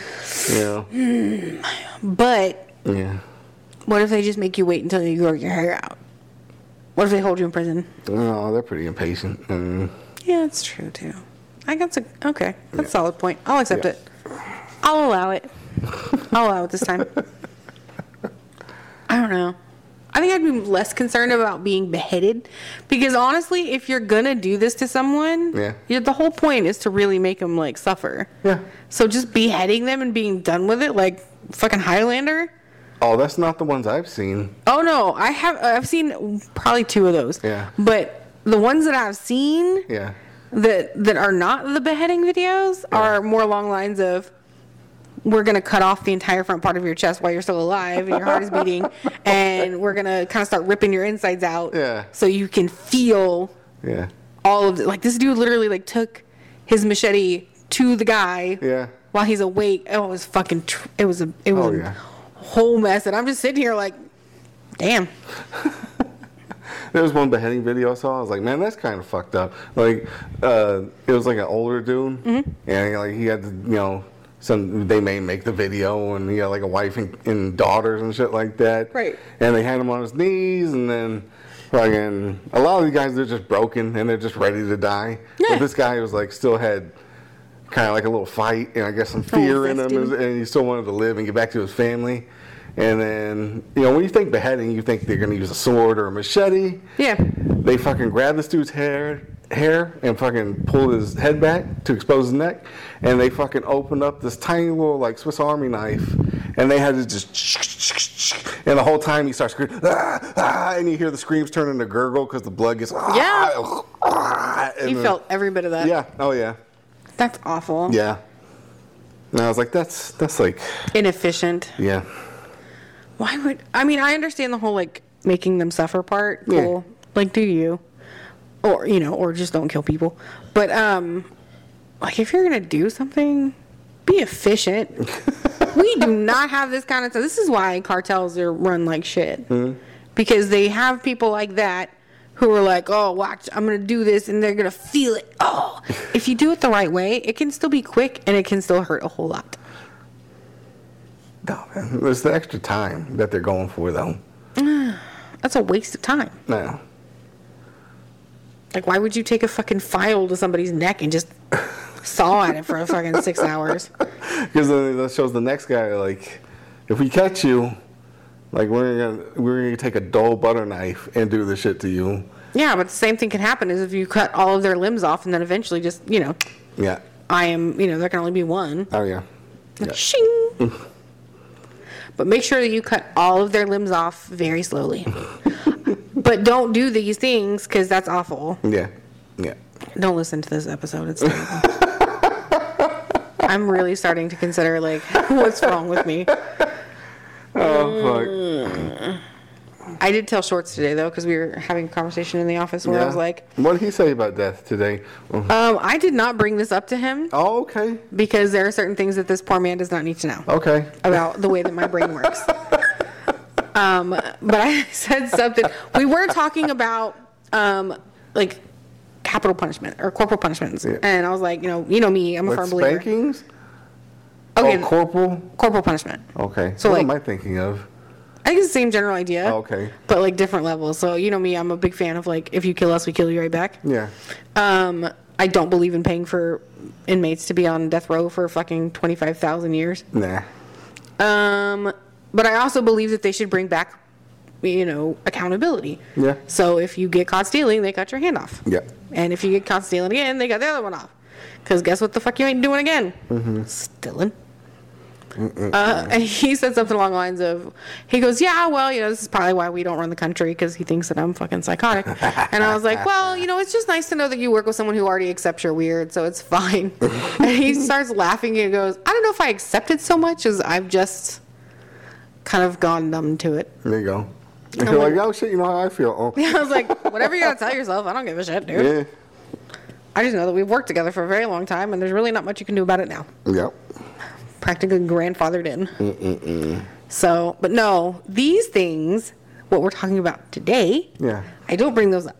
[SPEAKER 1] you know.
[SPEAKER 2] but
[SPEAKER 1] Yeah.
[SPEAKER 2] what if they just make you wait until you grow your hair out? What if they hold you in prison?
[SPEAKER 1] No, Oh, they're pretty impatient. Mm. And,
[SPEAKER 2] Yeah, it's true too. I guess a, okay. That's a solid point. I'll accept it. I'll allow it. I'll allow it this time. I don't know. I think I'd be less concerned about being beheaded because honestly, if you're gonna do this to someone,
[SPEAKER 1] Yeah.
[SPEAKER 2] you're, the whole point is to really make them like suffer.
[SPEAKER 1] yeah.
[SPEAKER 2] So just beheading them and being done with it, like fucking Highlander.
[SPEAKER 1] Oh, that's not the ones I've seen.
[SPEAKER 2] Oh no, I have I've seen probably two of those.
[SPEAKER 1] Yeah.
[SPEAKER 2] But the ones that I've seen,
[SPEAKER 1] Yeah.
[SPEAKER 2] that that are not the beheading videos are more along lines of we're going to cut off the entire front part of your chest while you're still alive and your heart is beating and we're going to kind of start ripping your insides out
[SPEAKER 1] Yeah.
[SPEAKER 2] so you can feel
[SPEAKER 1] Yeah.
[SPEAKER 2] all of it like this dude literally like took his machete to the guy
[SPEAKER 1] Yeah.
[SPEAKER 2] while he's awake oh it was fucking tr- it was a it was
[SPEAKER 1] Oh,
[SPEAKER 2] a
[SPEAKER 1] yeah.
[SPEAKER 2] whole mess and i'm just sitting here like damn
[SPEAKER 1] There was one beheading video I saw. I was like, man, that's kind of fucked up. Like, uh, it was like an older dude,
[SPEAKER 2] Mm-hmm.
[SPEAKER 1] and like he had, to, you know, some they may make the video, and he had like a wife and, and daughters and shit like that.
[SPEAKER 2] Right.
[SPEAKER 1] And they had him on his knees, and then fucking a lot of these guys they're just broken and they're just ready to die.
[SPEAKER 2] Yeah.
[SPEAKER 1] But this guy was like still had kind of like a little fight, and I guess some fear in him,
[SPEAKER 2] zesty.
[SPEAKER 1] and- and he still wanted to live and get back to his family. And then, you know, when you think beheading, you think they're going to use a sword or a machete.
[SPEAKER 2] yeah
[SPEAKER 1] They fucking grabbed this dude's hair, hair, and fucking pulled his head back to expose his neck, and they fucking opened up this tiny little like Swiss Army knife, and they had to just, and the whole time he starts screaming, ah, ah, and you hear the screams turn into gurgle because the blood gets, ah,
[SPEAKER 2] Yeah.
[SPEAKER 1] ah, and
[SPEAKER 2] you
[SPEAKER 1] then-
[SPEAKER 2] felt every bit of that
[SPEAKER 1] yeah, oh yeah,
[SPEAKER 2] that's awful
[SPEAKER 1] yeah. And I was like, that's that's like,
[SPEAKER 2] inefficient
[SPEAKER 1] yeah,
[SPEAKER 2] Why would I mean I understand the whole like making them suffer part.
[SPEAKER 1] Yeah.
[SPEAKER 2] Cool. Like do you? Or you know, or just don't kill people. But um like if you're gonna do something, be efficient. we do not have this kind of this is why cartels are run like shit. Because they have people like that who are like, Oh, watch, I'm gonna do this and they're gonna feel it. Oh if you do it the right way, it can still be quick and it can still hurt a whole lot.
[SPEAKER 1] no, man. There's the extra time that they're going for though.
[SPEAKER 2] That's a waste of time.
[SPEAKER 1] No,
[SPEAKER 2] Like, why would you take a fucking file to somebody's neck and just saw at it for fucking six hours?
[SPEAKER 1] Because then that shows the next guy like, if we catch you, like we're gonna we're gonna take a dull butter knife and do this shit to you.
[SPEAKER 2] Yeah, but the same thing can happen is if you cut all of their limbs off and then eventually just, you know,
[SPEAKER 1] Yeah.
[SPEAKER 2] I am, you know, there can only be one.
[SPEAKER 1] Oh yeah. Yeah.
[SPEAKER 2] Shing! But make sure that you cut all of their limbs off very slowly. but don't do these things because that's awful.
[SPEAKER 1] Yeah. Yeah.
[SPEAKER 2] Don't listen to this episode. It's terrible. I'm really starting to consider, like, what's wrong with me? Mm.
[SPEAKER 1] Oh
[SPEAKER 2] I did tell Shorts today though, because we were having a conversation in the office
[SPEAKER 1] fuck.
[SPEAKER 2] where I was like,
[SPEAKER 1] what did he say about death today?
[SPEAKER 2] um, I did not bring this up to him
[SPEAKER 1] Oh, okay.
[SPEAKER 2] because there are certain things that this poor man does not need to know
[SPEAKER 1] Okay.
[SPEAKER 2] about the way that my brain works. Um, but I said something. We were talking about um, like capital punishment or corporal punishments,
[SPEAKER 1] Yeah.
[SPEAKER 2] and I was like, you know, you know me, I'm a
[SPEAKER 1] Like
[SPEAKER 2] firm believer.
[SPEAKER 1] spankings?
[SPEAKER 2] Okay,
[SPEAKER 1] Oh, corporal?
[SPEAKER 2] corporal punishment.
[SPEAKER 1] Okay.
[SPEAKER 2] So,
[SPEAKER 1] what
[SPEAKER 2] like-
[SPEAKER 1] am I thinking of?
[SPEAKER 2] I think it's the same general idea.
[SPEAKER 1] Oh, okay.
[SPEAKER 2] But like different levels. So you know me, I'm a big fan of like if you kill us, we kill you right back.
[SPEAKER 1] Yeah.
[SPEAKER 2] Um, I don't believe in paying for inmates to be on death row for fucking 25,000 years.
[SPEAKER 1] Nah.
[SPEAKER 2] Um, but I also believe that they should bring back, you know, accountability.
[SPEAKER 1] Yeah.
[SPEAKER 2] So if you get caught stealing, they cut your hand off.
[SPEAKER 1] Yeah.
[SPEAKER 2] And if you get caught stealing again, they got the other one off. Because guess what the fuck you ain't doing again? Stealing. Uh, and he said something along the lines of, he goes, yeah, well, you know, this is probably why we don't run the country because he thinks that I'm fucking psychotic. And I was like, well, you know, it's just nice to know that you work with someone who already accepts you're weird, so it's fine. and he starts laughing and goes, I don't know if I accept it so much as I've just kind of gone numb to it.
[SPEAKER 1] There you go. And you're like, oh shit, you know how I feel. Oh,
[SPEAKER 2] I was like, whatever you gotta tell yourself, I don't give a shit, dude.
[SPEAKER 1] yeah.
[SPEAKER 2] I just know that we've worked together for a very long time, and there's really not much you can do about it now.
[SPEAKER 1] Yep.
[SPEAKER 2] Practically grandfathered in. So, but no, these things, what we're talking about today,
[SPEAKER 1] Yeah.
[SPEAKER 2] I don't bring those up.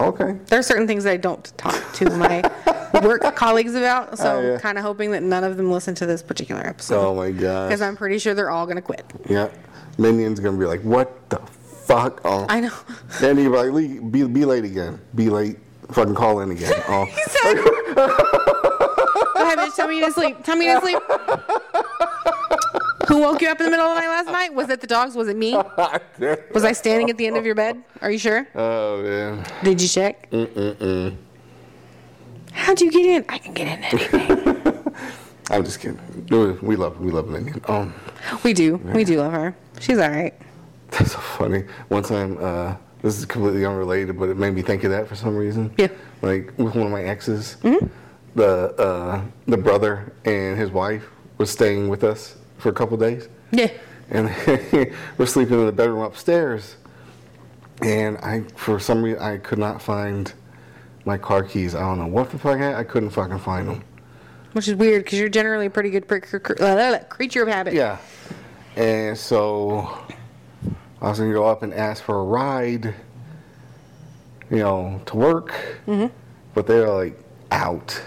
[SPEAKER 1] Okay.
[SPEAKER 2] There are certain things that I don't talk to my work colleagues about,
[SPEAKER 1] Oh,
[SPEAKER 2] so
[SPEAKER 1] yeah.
[SPEAKER 2] I'm kind of hoping that none of them listen to this particular
[SPEAKER 1] Oh
[SPEAKER 2] episode.
[SPEAKER 1] my
[SPEAKER 2] Because
[SPEAKER 1] god.
[SPEAKER 2] I'm pretty sure they're all gonna quit.
[SPEAKER 1] Yeah. Minion's gonna be like, what the fuck? Oh.
[SPEAKER 2] I know.
[SPEAKER 1] Then he'd be like, "Lee, be, be late again. Be late. Fucking call in again. Oh.
[SPEAKER 2] Exactly. Go ahead, bitch. Tell me you didn't sleep. Tell me you didn't sleep. Who woke you up in the middle of the night last night? Was it the dogs? Was it me? Was I standing at the end of your bed? Are you sure?
[SPEAKER 1] oh man.
[SPEAKER 2] Did you check? Mm-mm-mm. How'd you get in? I can get in anything.
[SPEAKER 1] I'm just kidding. We we love we love Minion. Um,
[SPEAKER 2] we do. We do love her. She's all right.
[SPEAKER 1] that's so funny. One time, uh, this is completely unrelated, but it made me think of that for some reason.
[SPEAKER 2] Yeah. Mm-hmm.
[SPEAKER 1] Like with one of my exes, the uh, the brother and his wife was staying with us for a couple days,
[SPEAKER 2] Yeah.
[SPEAKER 1] and we're sleeping in the bedroom upstairs. And I, for some reason, I could not find my car keys. I don't know what the fuck I, I couldn't fucking find them.
[SPEAKER 2] Which is weird because you're generally a pretty good pre- cre- cre- la- la- la- creature of habit.
[SPEAKER 1] Yeah. And so I was gonna go up and ask for a ride, you know, to work. But they were like out.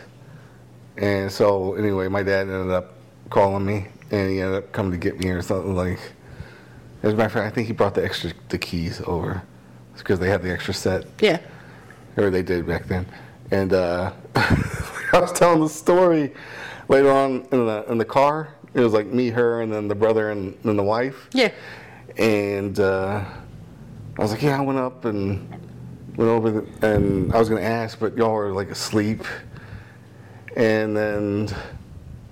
[SPEAKER 1] And so anyway, my dad ended up calling me and he ended up coming to get me or something like as a matter of fact, I think he brought the extra the keys over. because they had the extra set
[SPEAKER 2] Yeah.
[SPEAKER 1] or they did back then. And uh, I was telling the story later on in the in the car. It was like me, her, and then the brother and, and the wife.
[SPEAKER 2] Yeah.
[SPEAKER 1] And uh, I was like, yeah, I went up and went over, the, and I was gonna ask, but y'all were like asleep. And then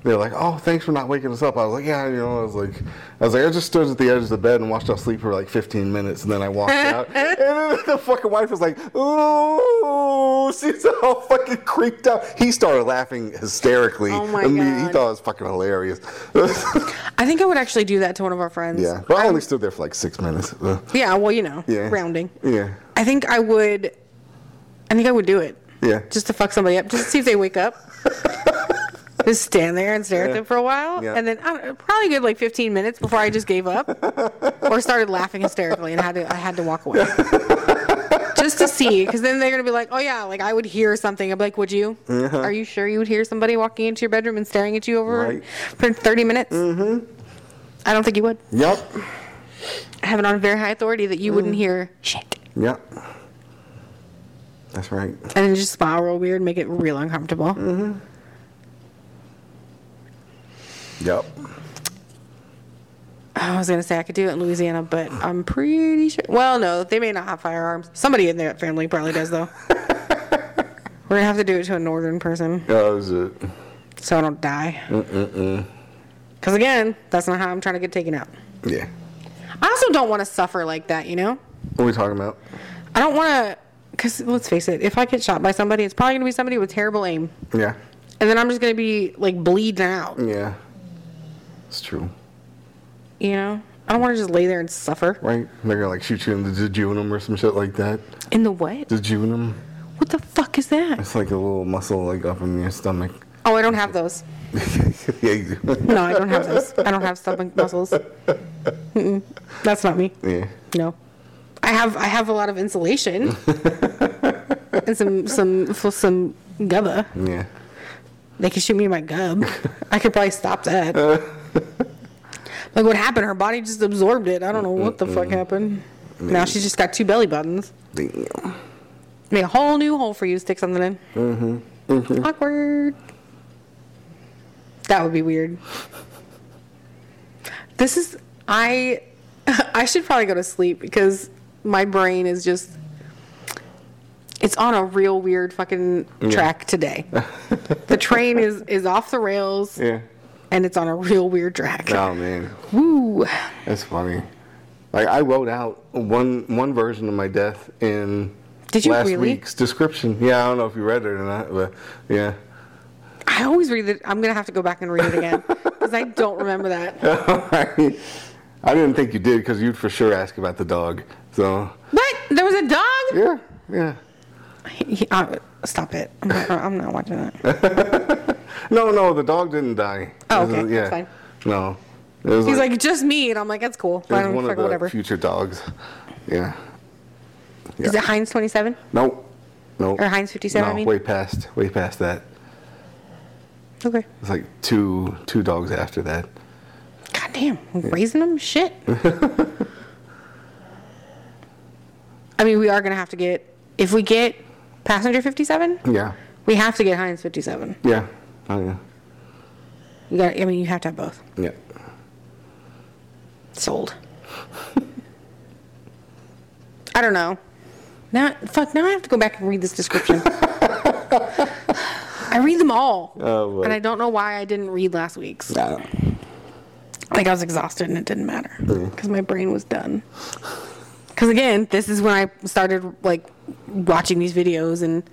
[SPEAKER 1] they're like, oh, thanks for not waking us up. I was like, yeah, you know, I was like, I was like, I just stood at the edge of the bed and watched y'all sleep for like 15 minutes, and then I walked out. And then the fucking wife was like, ooh, she's all fucking creeped out. He started laughing hysterically.
[SPEAKER 2] Oh my
[SPEAKER 1] immediately. He
[SPEAKER 2] God.
[SPEAKER 1] thought it was fucking hilarious.
[SPEAKER 2] I think I would actually do that to one of our friends.
[SPEAKER 1] yeah, but I only stood there for like six minutes. Uh,
[SPEAKER 2] Yeah. Well, you know,
[SPEAKER 1] Yeah.
[SPEAKER 2] rounding.
[SPEAKER 1] Yeah.
[SPEAKER 2] I think I would. I think I would do it.
[SPEAKER 1] Yeah.
[SPEAKER 2] Just to fuck somebody up, just to see if they wake up. just stand there and stare at
[SPEAKER 1] Yeah.
[SPEAKER 2] them for a while,
[SPEAKER 1] Yeah.
[SPEAKER 2] and then I don't know, probably a good like 15 minutes before I just gave up or started laughing hysterically and had to I had to walk away. Just to see, because then they're gonna be like, "Oh yeah," like I would hear something. I'm like, "Would you?
[SPEAKER 1] Uh-huh.
[SPEAKER 2] Are you sure you would hear somebody walking into your bedroom and staring at you over
[SPEAKER 1] Right.
[SPEAKER 2] for 30 minutes?" Mm-hmm. I don't think you would.
[SPEAKER 1] Yep.
[SPEAKER 2] I have it on very high authority that you
[SPEAKER 1] Mm.
[SPEAKER 2] wouldn't hear shit,
[SPEAKER 1] Yep. That's right.
[SPEAKER 2] and then just smile real weird, make it real uncomfortable.
[SPEAKER 1] Mm. Yep.
[SPEAKER 2] I was gonna say I could do it in Louisiana, but I'm pretty sure. Well, no, they may not have firearms. Somebody in their family probably does, though. We're gonna have to do it to a northern person
[SPEAKER 1] That was it.
[SPEAKER 2] so I don't die. Because again, that's not how I'm trying to get taken out.
[SPEAKER 1] Yeah.
[SPEAKER 2] I also don't want to suffer like that, you know.
[SPEAKER 1] What are we talking about?
[SPEAKER 2] I don't want to. Because let's face it, if I get shot by somebody, it's probably gonna be somebody with terrible aim,
[SPEAKER 1] Yeah.
[SPEAKER 2] and then I'm just gonna be like bleeding out,
[SPEAKER 1] Yeah. It's true.
[SPEAKER 2] you know. I don't want to just lay there and suffer.
[SPEAKER 1] Right? They're gonna like shoot you in the jejunum or some shit like that.
[SPEAKER 2] In the what?
[SPEAKER 1] Jejunum.
[SPEAKER 2] What the fuck is that?
[SPEAKER 1] It's like a little muscle like up in your stomach.
[SPEAKER 2] Oh, I don't have those.
[SPEAKER 1] yeah, you do.
[SPEAKER 2] No, I don't have those. I don't have stomach muscles. Mm-mm. That's not me.
[SPEAKER 1] yeah.
[SPEAKER 2] No, I have I have a lot of insulation and some some f- some gubba.
[SPEAKER 1] Yeah.
[SPEAKER 2] They could shoot me in my gub. I could probably stop that. Like what happened? Her body just absorbed it. I don't know what the fuck happened. Now she's just got two belly buttons.
[SPEAKER 1] Damn.
[SPEAKER 2] Make a whole new hole for you to stick something in. Mm-hmm. Awkward. That would be weird. This is I. I should probably go to sleep because my brain is just. It's on a real weird fucking track today. the train is is off the rails.
[SPEAKER 1] Yeah.
[SPEAKER 2] and it's on a real weird track.
[SPEAKER 1] Oh man,
[SPEAKER 2] Woo!
[SPEAKER 1] that's funny. Like I wrote out one one version of my death in
[SPEAKER 2] Did you
[SPEAKER 1] last
[SPEAKER 2] really?
[SPEAKER 1] week's description. Yeah, I don't know if you read it or not, but yeah.
[SPEAKER 2] I always read it. I'm gonna have to go back and read it again because I don't remember that.
[SPEAKER 1] I didn't think you did because you'd for sure ask about the dog. So
[SPEAKER 2] What? There was a dog.
[SPEAKER 1] yeah, yeah.
[SPEAKER 2] He- uh, stop it! I'm not, I'm not watching that.
[SPEAKER 1] No, no, the dog didn't die.
[SPEAKER 2] Oh,
[SPEAKER 1] It was-
[SPEAKER 2] okay, that's
[SPEAKER 1] yeah.
[SPEAKER 2] fine.
[SPEAKER 1] No, it was
[SPEAKER 2] He's like, just me, and I'm like, that's cool.
[SPEAKER 1] it
[SPEAKER 2] I
[SPEAKER 1] was
[SPEAKER 2] don't
[SPEAKER 1] one of
[SPEAKER 2] fuck
[SPEAKER 1] the
[SPEAKER 2] whatever.
[SPEAKER 1] future dogs. Yeah.
[SPEAKER 2] Is it Heinz 27?
[SPEAKER 1] Nope. Nope.
[SPEAKER 2] Or Heinz 57,
[SPEAKER 1] No,
[SPEAKER 2] I mean?
[SPEAKER 1] way past, way past that.
[SPEAKER 2] Okay.
[SPEAKER 1] It's like two, two dogs after that.
[SPEAKER 2] God damn, raising them? Shit. I mean, we are going to have to get, if we get Passenger 57,
[SPEAKER 1] Yeah.
[SPEAKER 2] we have to get Heinz 57.
[SPEAKER 1] Yeah. Oh yeah.
[SPEAKER 2] You got, I mean, you have to have both.
[SPEAKER 1] Yeah.
[SPEAKER 2] Sold. I don't know. Now, fuck, now I have to go back and read this description. I read them all.
[SPEAKER 1] Oh, boy.
[SPEAKER 2] and I don't know why I didn't read last week's.
[SPEAKER 1] No.
[SPEAKER 2] Like I was exhausted and it didn't matter because my brain was done. Because again, this is when I started like watching these videos and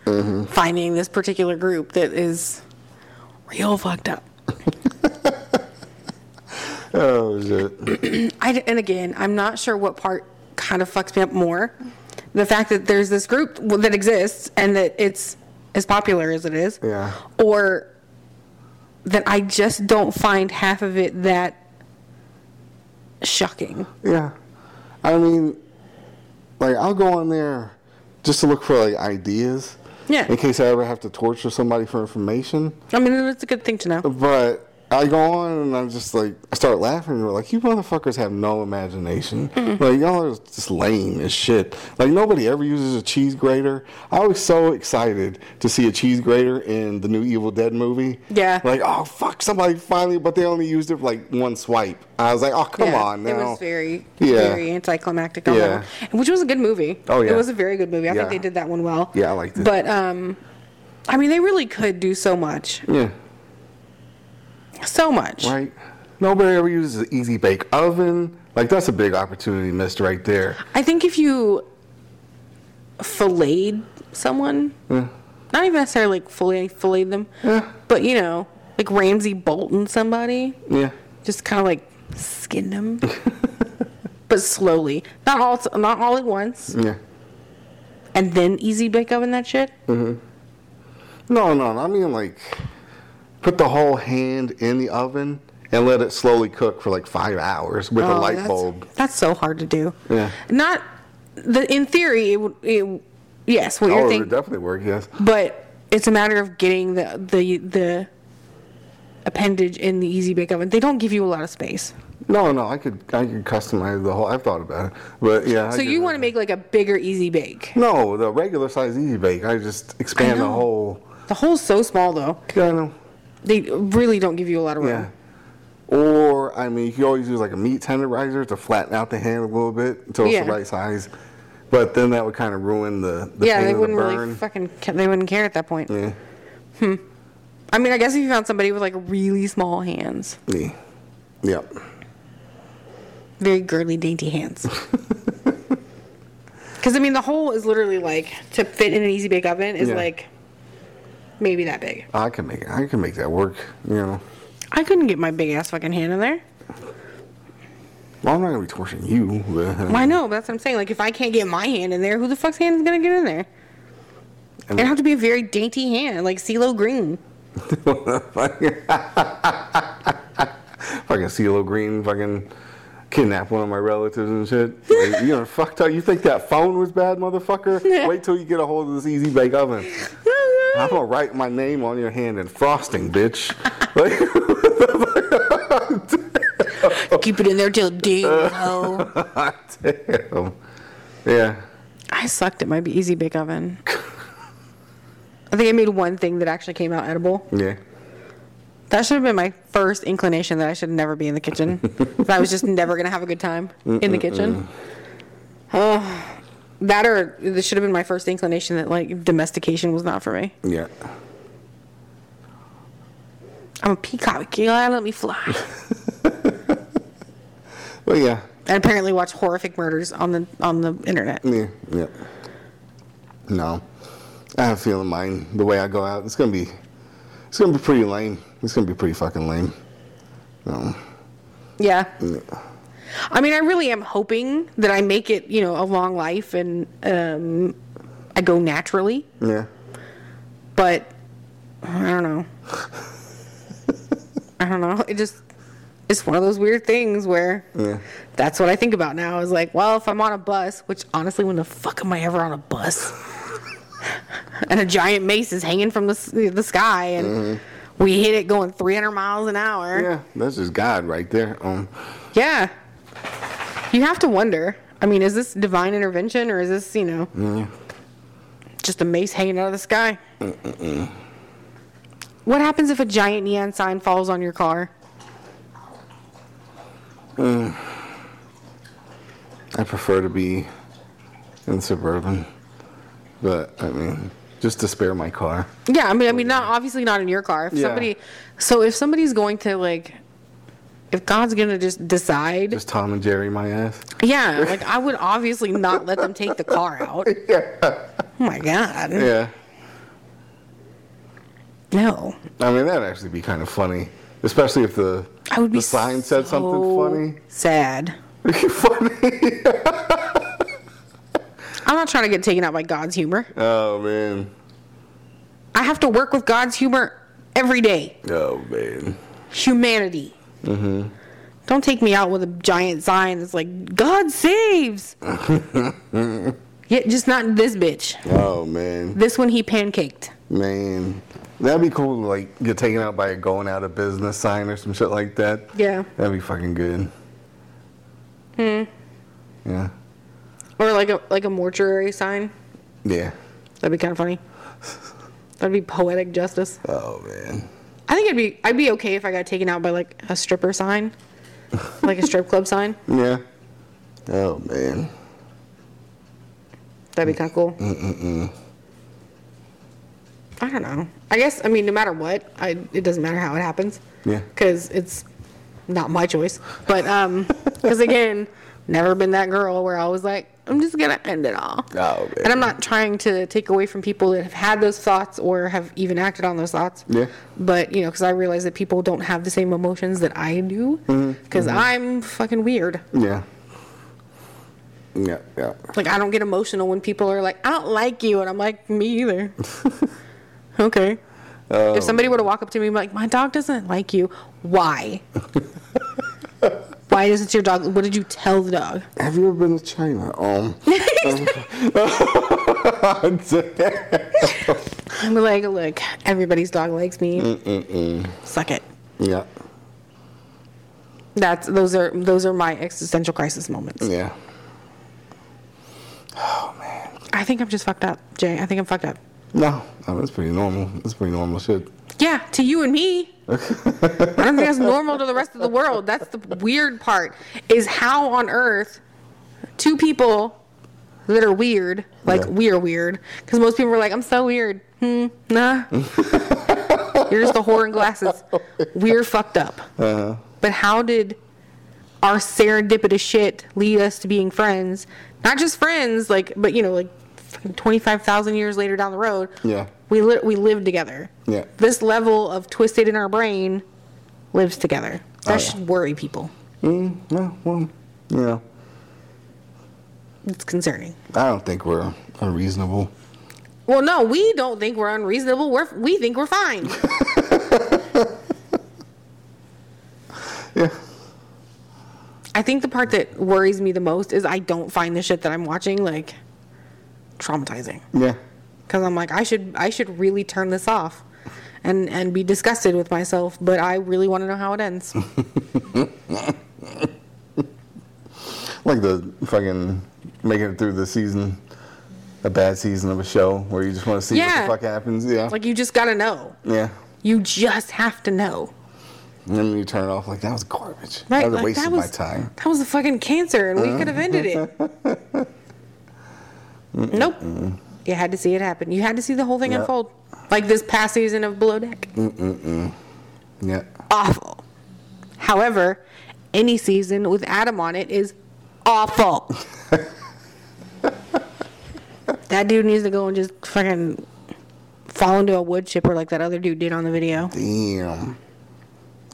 [SPEAKER 2] finding this particular group that is real fucked up.
[SPEAKER 1] Oh shit.
[SPEAKER 2] I d and again, I'm not sure what part kind of fucks me up more. The fact that there's this group that exists and that it's as popular as it is.
[SPEAKER 1] Yeah.
[SPEAKER 2] Or that I just don't find half of it that shocking.
[SPEAKER 1] Yeah. I mean, like I'll go on there just to look for like ideas.
[SPEAKER 2] Yeah.
[SPEAKER 1] In case I ever have to torture somebody for information.
[SPEAKER 2] I mean, it's a good thing to know.
[SPEAKER 1] But I go on and I'm just like, I start laughing. And we're like, you motherfuckers have no imagination.
[SPEAKER 2] Mm-hmm.
[SPEAKER 1] Like, y'all are just lame as shit. Like, nobody ever uses a cheese grater. I was so excited to see a cheese grater in the new Evil Dead movie.
[SPEAKER 2] Yeah.
[SPEAKER 1] Like, oh, fuck, somebody finally, but they only used it for like one swipe. I was like, oh, come
[SPEAKER 2] Yeah,
[SPEAKER 1] on now.
[SPEAKER 2] It was very,
[SPEAKER 1] Yeah.
[SPEAKER 2] very anticlimactic on
[SPEAKER 1] Yeah.
[SPEAKER 2] that one, which was a good movie.
[SPEAKER 1] Oh, yeah.
[SPEAKER 2] It was a very good movie. I
[SPEAKER 1] Yeah.
[SPEAKER 2] think they did that one well.
[SPEAKER 1] Yeah, I liked it.
[SPEAKER 2] But, um, I mean, they really could do so much.
[SPEAKER 1] yeah,
[SPEAKER 2] So much.
[SPEAKER 1] right? Nobody ever uses an easy bake oven. Like, that's a big opportunity missed right there.
[SPEAKER 2] I think if you filleted someone, not even necessarily like fully filleted them,
[SPEAKER 1] Yeah.
[SPEAKER 2] but, you know, like Ramsey Bolton somebody,
[SPEAKER 1] Yeah.
[SPEAKER 2] just kind of like skinned them. But slowly, not all, not all at once,
[SPEAKER 1] Yeah.
[SPEAKER 2] and then easy bake oven that shit.
[SPEAKER 1] No, no, no, I mean like put the whole hand in the oven and let it slowly cook for like five hours with a
[SPEAKER 2] Oh,
[SPEAKER 1] light
[SPEAKER 2] that's-
[SPEAKER 1] bulb.
[SPEAKER 2] That's so hard to do.
[SPEAKER 1] Yeah.
[SPEAKER 2] Not the in theory it would it, yes, what
[SPEAKER 1] Oh,
[SPEAKER 2] you're
[SPEAKER 1] it would
[SPEAKER 2] thinking,
[SPEAKER 1] definitely work. Yes.
[SPEAKER 2] but it's a matter of getting the the the appendage in the easy bake oven. They don't give you a lot of space.
[SPEAKER 1] No, no, I could, I could customize the whole. I've thought about it, but yeah. I
[SPEAKER 2] So you
[SPEAKER 1] could-
[SPEAKER 2] want to make like a bigger easy bake.
[SPEAKER 1] No, the regular size easy bake. I just expand the
[SPEAKER 2] know.
[SPEAKER 1] whole.
[SPEAKER 2] The hole's so small though.
[SPEAKER 1] Yeah, I know.
[SPEAKER 2] They really don't give you a lot of room.
[SPEAKER 1] Yeah. Or I mean, you could always use like a meat tenderizer to flatten out the hand a little bit until it's the
[SPEAKER 2] Yeah.
[SPEAKER 1] right size. But then that would kind of ruin the, the
[SPEAKER 2] Yeah,
[SPEAKER 1] pain
[SPEAKER 2] they
[SPEAKER 1] of the
[SPEAKER 2] wouldn't really
[SPEAKER 1] burn.
[SPEAKER 2] fucking ca- they wouldn't care at that point.
[SPEAKER 1] yeah.
[SPEAKER 2] I mean, I guess if you found somebody with like really small hands,
[SPEAKER 1] Yeah. Yep.
[SPEAKER 2] very girly, dainty hands. Because I mean, the hole is literally like to fit in an easy bake oven is
[SPEAKER 1] Yeah.
[SPEAKER 2] like maybe that big.
[SPEAKER 1] I can make I can make that work. You know,
[SPEAKER 2] I couldn't get my big ass fucking hand in there.
[SPEAKER 1] well, I'm not gonna be torturing you. But, uh,
[SPEAKER 2] I know, but that's what I'm saying. Like, if I can't get my hand in there, who the fuck's hand is gonna get in there? It'd have to be a very dainty hand, like CeeLo Green.
[SPEAKER 1] fucking CeeLo Green, fucking kidnap one of my relatives and shit. Like, you know, fucked up. You think that phone was bad, motherfucker? Wait till you get a hold of this easy bake oven. I'm gonna write my name on your hand in frosting, bitch. Like,
[SPEAKER 2] Keep it in there till doom. ho.
[SPEAKER 1] damn. Yeah.
[SPEAKER 2] I sucked at my easy bake oven. I think I made one thing that actually came out edible.
[SPEAKER 1] Yeah.
[SPEAKER 2] That should have been my first inclination that I should never be in the kitchen. that I was just never going to have a good time in the kitchen. Ugh. that or this should have been my first inclination that like domestication was not for me.
[SPEAKER 1] Yeah.
[SPEAKER 2] I'm a peacock. You gotta let me fly.
[SPEAKER 1] Well, yeah,
[SPEAKER 2] and apparently watch horrific murders on the on the internet.
[SPEAKER 1] yeah, yeah. No, I have a feeling mine. The way I go out, it's gonna be, it's gonna be pretty lame. It's gonna be pretty fucking lame. Um, No.
[SPEAKER 2] Yeah. I mean, I really am hoping that I make it, you know, a long life and um, I go naturally,
[SPEAKER 1] Yeah.
[SPEAKER 2] but I don't know. I don't know. It just, it's one of those weird things where
[SPEAKER 1] Yeah.
[SPEAKER 2] that's what I think about now is like, well, if I'm on a bus, which honestly, when the fuck am I ever on a bus? and a giant mace is hanging from the, s- the sky and we hit it going 300 miles an hour.
[SPEAKER 1] Yeah. That's just God right there. Um.
[SPEAKER 2] Yeah. You have to wonder. I mean, is this divine intervention or is this, you know, just a mace hanging out of the sky? What happens if a giant neon sign falls on your car?
[SPEAKER 1] I prefer to be in suburban, but I mean, just to spare my car.
[SPEAKER 2] Yeah, I mean, I mean, not obviously not in your car. If
[SPEAKER 1] Yeah.
[SPEAKER 2] somebody, so if somebody's going to like, if God's gonna just decide,
[SPEAKER 1] Just Tom and Jerry, my ass.
[SPEAKER 2] yeah, like I would obviously not let them take the car out. Oh my God,
[SPEAKER 1] Yeah.
[SPEAKER 2] no.
[SPEAKER 1] I mean, that'd actually be kind of funny, especially if the
[SPEAKER 2] I would be
[SPEAKER 1] the sign said something
[SPEAKER 2] so
[SPEAKER 1] funny.
[SPEAKER 2] Sad.
[SPEAKER 1] funny.
[SPEAKER 2] I'm not trying to get taken out by God's humor.
[SPEAKER 1] Oh man.
[SPEAKER 2] I have to work with God's humor every day.
[SPEAKER 1] Oh man.
[SPEAKER 2] Humanity. Don't take me out with a giant sign that's like God saves. yeah, just not this bitch.
[SPEAKER 1] Oh man.
[SPEAKER 2] This one he pancaked.
[SPEAKER 1] Man. That'd be cool. to, Like get taken out by a going out of business sign or some shit like that.
[SPEAKER 2] Yeah.
[SPEAKER 1] That'd be fucking good. Hmm. Yeah.
[SPEAKER 2] Or like a like a mortuary sign.
[SPEAKER 1] Yeah.
[SPEAKER 2] That'd be kind of funny. That'd be poetic justice.
[SPEAKER 1] Oh man.
[SPEAKER 2] I think it'd be I'd be okay if I got taken out by like a stripper sign, like a strip club sign.
[SPEAKER 1] Yeah. Oh man.
[SPEAKER 2] That'd be kind of cool. Mm-mm-mm. I don't know. I guess I mean no matter what, I, it doesn't matter how it happens.
[SPEAKER 1] Yeah.
[SPEAKER 2] Because it's not my choice, but um, because again, never been that girl where I was like, I'm just gonna end it all.
[SPEAKER 1] Oh, man.
[SPEAKER 2] And I'm not trying to take away from people that have had those thoughts or have even acted on those thoughts.
[SPEAKER 1] Yeah.
[SPEAKER 2] But you know, because I realize that people don't have the same emotions that I do.
[SPEAKER 1] Mm-hmm.
[SPEAKER 2] Because I'm fucking weird.
[SPEAKER 1] Yeah. Yeah. Yeah.
[SPEAKER 2] Like I don't get emotional when people are like, I don't like you, and I'm like, me either. okay. if somebody were to walk up to me and be like, my dog doesn't like you, why? why doesn't your dog? What did you tell the dog?
[SPEAKER 1] Have you ever been to China? Um.
[SPEAKER 2] I'm like, look, everybody's dog likes me. Suck it.
[SPEAKER 1] yeah.
[SPEAKER 2] That's those are those are my existential crisis moments.
[SPEAKER 1] Yeah. Oh,
[SPEAKER 2] I think I'm just fucked up, Jay. I think I'm fucked up.
[SPEAKER 1] No, no, that's pretty normal. That's pretty normal shit.
[SPEAKER 2] Yeah, to you and me. I don't think that's normal to the rest of the world. That's the weird part is how on earth two people that are weird, like
[SPEAKER 1] Yeah.
[SPEAKER 2] we are weird, because most people are like, I'm so weird. Hmm, nah. You're just a whore in glasses. We're fucked up.
[SPEAKER 1] Uh,
[SPEAKER 2] But how did our serendipitous shit lead us to being friends? Not just friends, like, but you know, like fucking 25,000 years later down the road,
[SPEAKER 1] Yeah.
[SPEAKER 2] we li- we live together.
[SPEAKER 1] Yeah.
[SPEAKER 2] This level of twisted in our brain lives together. That
[SPEAKER 1] Oh, yeah.
[SPEAKER 2] should worry people.
[SPEAKER 1] Mm, yeah, well, you know,
[SPEAKER 2] It's concerning.
[SPEAKER 1] I don't think we're unreasonable.
[SPEAKER 2] Well, no, we don't think we're unreasonable. We're we think we're fine.
[SPEAKER 1] Yeah.
[SPEAKER 2] I think the part that worries me the most is I don't find the shit that I'm watching like traumatizing
[SPEAKER 1] Yeah.
[SPEAKER 2] because I'm like I should I should really turn this off and and be disgusted with myself, but I really want to know how it ends.
[SPEAKER 1] Like the fucking making it through the season, a bad season of a show where you just want to see what
[SPEAKER 2] Yeah.
[SPEAKER 1] the fuck happens. Yeah.
[SPEAKER 2] like you just got to know.
[SPEAKER 1] yeah.
[SPEAKER 2] You just have to know.
[SPEAKER 1] And then you turn it off like that was garbage.
[SPEAKER 2] Right,
[SPEAKER 1] that was a
[SPEAKER 2] like,
[SPEAKER 1] waste
[SPEAKER 2] that
[SPEAKER 1] of my
[SPEAKER 2] was-
[SPEAKER 1] time.
[SPEAKER 2] That was a fucking cancer, and we could have ended it. nope. You had to see it happen. You had to see the whole thing
[SPEAKER 1] Yep.
[SPEAKER 2] unfold. Like this past season of Below Deck.
[SPEAKER 1] Yeah.
[SPEAKER 2] awful. However, any season with Adam on it is awful. that dude needs to go and just fucking fall into a wood chipper like that other dude did on the video.
[SPEAKER 1] Damn.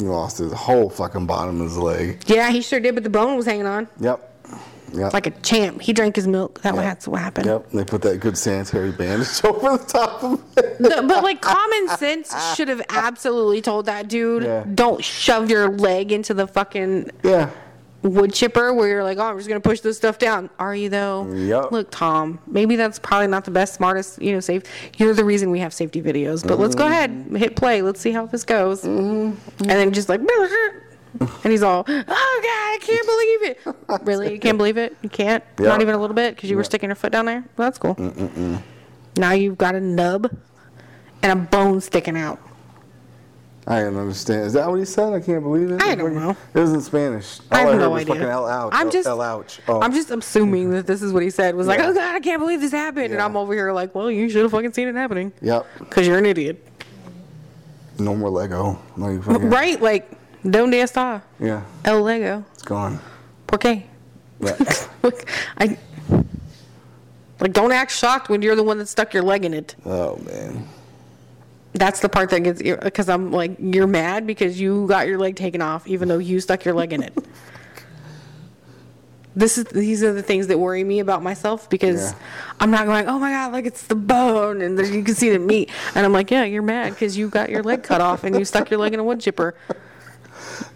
[SPEAKER 1] He lost his whole fucking bottom of his leg.
[SPEAKER 2] Yeah, he sure did, but the bone was hanging on
[SPEAKER 1] Yep. Yep.
[SPEAKER 2] like a champ. He drank his milk. That
[SPEAKER 1] Yeah.
[SPEAKER 2] that's what happened.
[SPEAKER 1] Yep, they put that good sanitary bandage over the top of it.
[SPEAKER 2] No, but like common sense should have absolutely told that dude,
[SPEAKER 1] Yeah.
[SPEAKER 2] don't shove your leg into the fucking
[SPEAKER 1] Yeah,
[SPEAKER 2] wood chipper where you're like, oh, I'm just gonna push this stuff down. Are you though?
[SPEAKER 1] Yup.
[SPEAKER 2] Look, Tom, maybe that's probably not the best, smartest, you know, safe. You're the reason we have safety videos, but let's go ahead, hit play, let's see how this goes, and then just like, and he's all, oh god, I can't believe it. really, you can't believe it? You can't?
[SPEAKER 1] Yeah.
[SPEAKER 2] Not even a little bit because you were
[SPEAKER 1] Yeah.
[SPEAKER 2] sticking your foot down there. Well, that's cool. Now you've got a nub and a bone sticking out.
[SPEAKER 1] I didn't understand. Is that what he said? I can't believe it.
[SPEAKER 2] I don't know.
[SPEAKER 1] It was in Spanish. All
[SPEAKER 2] I
[SPEAKER 1] I,
[SPEAKER 2] have
[SPEAKER 1] heard
[SPEAKER 2] no
[SPEAKER 1] was
[SPEAKER 2] idea.
[SPEAKER 1] fucking El Ouch.
[SPEAKER 2] I'm
[SPEAKER 1] El-
[SPEAKER 2] just,
[SPEAKER 1] El Ouch. Oh.
[SPEAKER 2] I'm just assuming that this is what he said. Was like,
[SPEAKER 1] Yeah.
[SPEAKER 2] oh god, I can't believe this happened, and
[SPEAKER 1] Yeah.
[SPEAKER 2] I'm over here like, well, you should have fucking seen it happening,
[SPEAKER 1] Yep.
[SPEAKER 2] cause you're an idiot,
[SPEAKER 1] No more Lego. Like, fucking,
[SPEAKER 2] right? Like, donde está
[SPEAKER 1] Yeah,
[SPEAKER 2] el Lego?
[SPEAKER 1] it's gone.
[SPEAKER 2] Por qué?
[SPEAKER 1] Yeah.
[SPEAKER 2] Look, I like don't act shocked when you're the one that stuck your leg in it.
[SPEAKER 1] oh man.
[SPEAKER 2] That's the part that gets because I'm like, you're mad because you got your leg taken off, even though you stuck your leg in it. This is these are the things that worry me about myself because
[SPEAKER 1] Yeah.
[SPEAKER 2] I'm not going, oh my god, like it's the bone and then you can see the meat, and I'm like, yeah, you're mad because you got your leg cut off and you stuck your leg in a wood chipper.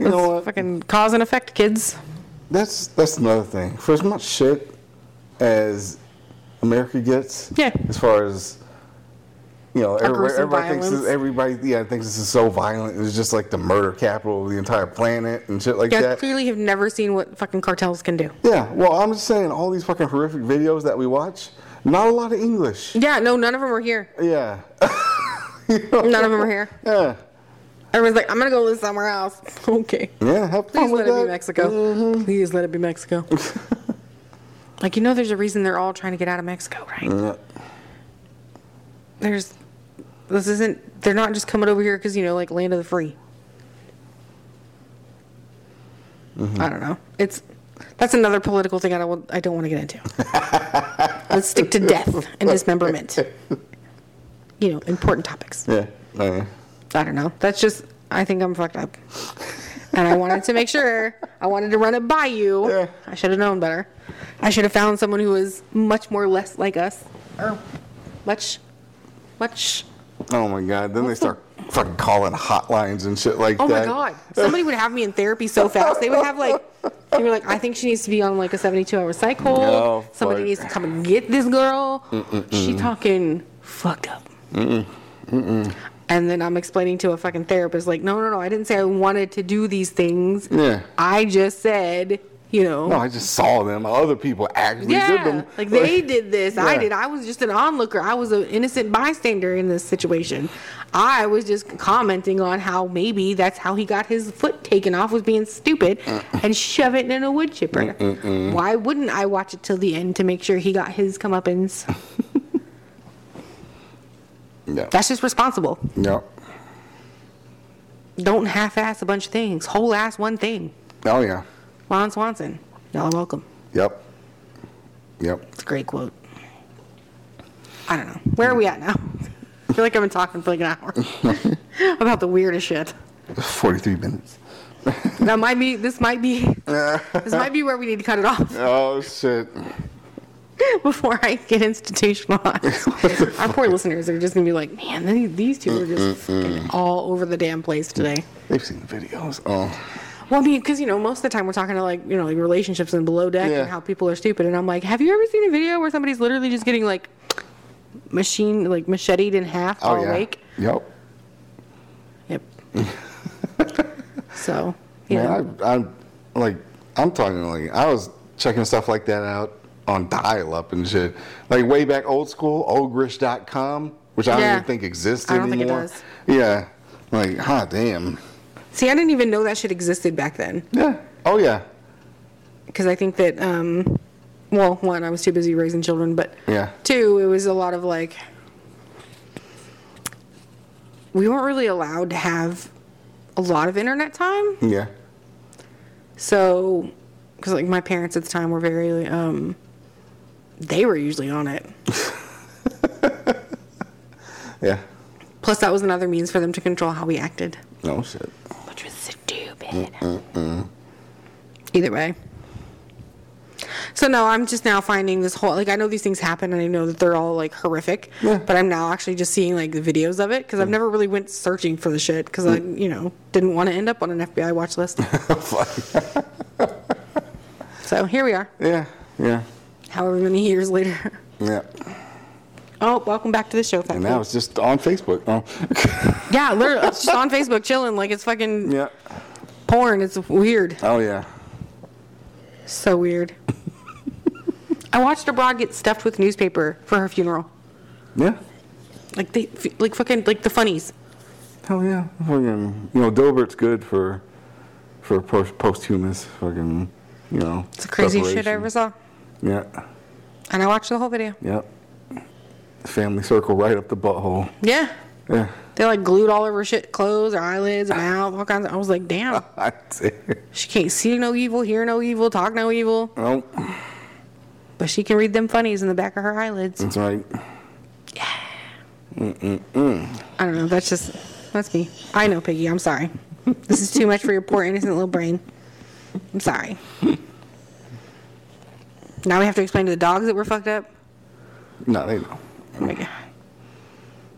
[SPEAKER 1] You know what?
[SPEAKER 2] Fucking cause and effect, kids.
[SPEAKER 1] That's that's another thing. For as much shit as America gets,
[SPEAKER 2] Yeah.
[SPEAKER 1] As far as you know, everybody,
[SPEAKER 2] gruesome
[SPEAKER 1] everybody thinks this,
[SPEAKER 2] violence.
[SPEAKER 1] everybody yeah thinks this is so violent. It's just like the murder capital of the entire planet and shit like
[SPEAKER 2] Yeah,
[SPEAKER 1] that.
[SPEAKER 2] clearly have never seen what fucking cartels can do.
[SPEAKER 1] Yeah, well, I'm just saying, all these fucking horrific videos that we watch, not a lot of English.
[SPEAKER 2] Yeah, no, none of them are here.
[SPEAKER 1] Yeah. You know?
[SPEAKER 2] None of them are here.
[SPEAKER 1] Yeah.
[SPEAKER 2] Everyone's like, I'm gonna go live somewhere else. okay.
[SPEAKER 1] Yeah, have fun
[SPEAKER 2] Please
[SPEAKER 1] with
[SPEAKER 2] let it
[SPEAKER 1] that.
[SPEAKER 2] be Mexico. Please let it be Mexico. like you know, there's a reason they're all trying to get out of Mexico, right?
[SPEAKER 1] Yeah.
[SPEAKER 2] There's this isn't. They're not just coming over here because you know, like land of the free. I don't know. It's that's another political thing I don't want- I don't want to get into. Let's stick to death and dismemberment. You know, important topics.
[SPEAKER 1] Yeah. yeah.
[SPEAKER 2] I don't know. That's just I think I'm fucked up. And I wanted to make sure. I wanted to run it by you.
[SPEAKER 1] Yeah.
[SPEAKER 2] I should have known better. I should have found someone who was much more less like us. Or much much
[SPEAKER 1] Oh my God. Then they start fucking calling hotlines and shit like
[SPEAKER 2] Oh
[SPEAKER 1] that.
[SPEAKER 2] my god. Somebody would have me in therapy so fast. They would have like they were like, I think she needs to be on like a seventy two hour cycle.
[SPEAKER 1] No,
[SPEAKER 2] Somebody
[SPEAKER 1] fuck.
[SPEAKER 2] needs to come and get this girl. She talking fucked up. And then I'm explaining to a fucking therapist, like, no, no, no, I didn't say I wanted to do these things.
[SPEAKER 1] Yeah.
[SPEAKER 2] I just said, you know,
[SPEAKER 1] No, I just saw them. Other people actually did
[SPEAKER 2] yeah,
[SPEAKER 1] them.
[SPEAKER 2] like they did this. I
[SPEAKER 1] Yeah.
[SPEAKER 2] did. I was just an onlooker. I was an innocent bystander in this situation. I was just commenting on how maybe that's how he got his foot taken off was being stupid and shove it in a wood chipper. Why wouldn't I watch it till the end to make sure he got his comeuppance?
[SPEAKER 1] Yeah.
[SPEAKER 2] That's just responsible.
[SPEAKER 1] Yeah.
[SPEAKER 2] Don't half-ass a bunch of things. Whole ass one thing.
[SPEAKER 1] Oh yeah.
[SPEAKER 2] Ron Swanson. Y'all are welcome.
[SPEAKER 1] Yep. Yep.
[SPEAKER 2] It's a great quote. I don't know. Where are we at now? I feel like I've been talking for like an hour about the weirdest shit.
[SPEAKER 1] 43 minutes.
[SPEAKER 2] That might be. This might be. This might be where we need to cut it off
[SPEAKER 1] Oh shit.
[SPEAKER 2] before I get institutionalized. Our poor listeners are just gonna be like, man, these- these two are just fucking all over the damn place today.
[SPEAKER 1] They've seen videos. Oh.
[SPEAKER 2] Well, I mean, because you know, most of the time we're talking to like you know like relationships and below deck
[SPEAKER 1] Yeah.
[SPEAKER 2] and how people are stupid, and I'm like, have you ever seen a video where somebody's literally just getting like machine like macheted in half
[SPEAKER 1] Oh
[SPEAKER 2] all
[SPEAKER 1] yeah.
[SPEAKER 2] awake?
[SPEAKER 1] Yep.
[SPEAKER 2] Yep. so, yeah.
[SPEAKER 1] Man, I, I'm like, I'm talking like I was checking stuff like that out on dial-up and shit, like way back old school, ogrish.com, which I
[SPEAKER 2] Yeah.
[SPEAKER 1] don't even think exists
[SPEAKER 2] I don't think it
[SPEAKER 1] anymore.
[SPEAKER 2] does.
[SPEAKER 1] Yeah, like, ah, damn.
[SPEAKER 2] See, I didn't even know that shit existed back then
[SPEAKER 1] Yeah. Oh yeah.
[SPEAKER 2] because I think that, um, well, one, I was too busy raising children, but
[SPEAKER 1] Yeah.
[SPEAKER 2] two, it was a lot of like, we weren't really allowed to have a lot of internet time.
[SPEAKER 1] Yeah.
[SPEAKER 2] So, because like my parents at the time were very, um, they were usually on it.
[SPEAKER 1] Yeah.
[SPEAKER 2] Plus, that was another means for them to control how we acted,
[SPEAKER 1] No shit.
[SPEAKER 2] which was stupid. Either way. So no, I'm just now finding this whole like I know these things happen and I know that they're all like horrific,
[SPEAKER 1] Yeah. Mm.
[SPEAKER 2] but I'm now actually just seeing like the videos of it because I've never really went searching for the shit because I you know didn't want to end up on an FBI watch list.
[SPEAKER 1] Fuck.
[SPEAKER 2] so here we are,
[SPEAKER 1] Yeah. Yeah.
[SPEAKER 2] however many years later.
[SPEAKER 1] Yeah.
[SPEAKER 2] Oh, welcome back to the show,
[SPEAKER 1] And
[SPEAKER 2] Fat
[SPEAKER 1] now
[SPEAKER 2] Pete.
[SPEAKER 1] it's just on Facebook. Oh.
[SPEAKER 2] Yeah, literally, it's just on Facebook chilling like it's fucking
[SPEAKER 1] yeah.
[SPEAKER 2] porn. It's weird.
[SPEAKER 1] Oh yeah.
[SPEAKER 2] So weird. I watched a broad get stuffed with newspaper for her funeral.
[SPEAKER 1] Yeah.
[SPEAKER 2] Like they, f- like fucking, like the funnies.
[SPEAKER 1] Hell yeah. Fucking, you know, Dilbert's good for for post- posthumous fucking, you know.
[SPEAKER 2] It's the craziest shit I ever
[SPEAKER 1] separation.
[SPEAKER 2] saw.
[SPEAKER 1] Yeah.
[SPEAKER 2] And I watched the whole video.
[SPEAKER 1] Yep. Family circle right up the butthole.
[SPEAKER 2] Yeah.
[SPEAKER 1] Yeah.
[SPEAKER 2] They like glued all of her shit, clothes, her eyelids, her mouth, all kinds of. I was like, damn,
[SPEAKER 1] I see.
[SPEAKER 2] she can't see no evil, hear no evil, talk no evil,
[SPEAKER 1] Well,
[SPEAKER 2] but she can read them funnies in the back of her eyelids.
[SPEAKER 1] that's right.
[SPEAKER 2] I don't know. That's just that's me. I know, Piggy. I'm sorry. This is too much for your poor innocent little brain. I'm sorry. Now we have to explain to the dogs that we're fucked up.
[SPEAKER 1] No, they know.
[SPEAKER 2] Oh my god.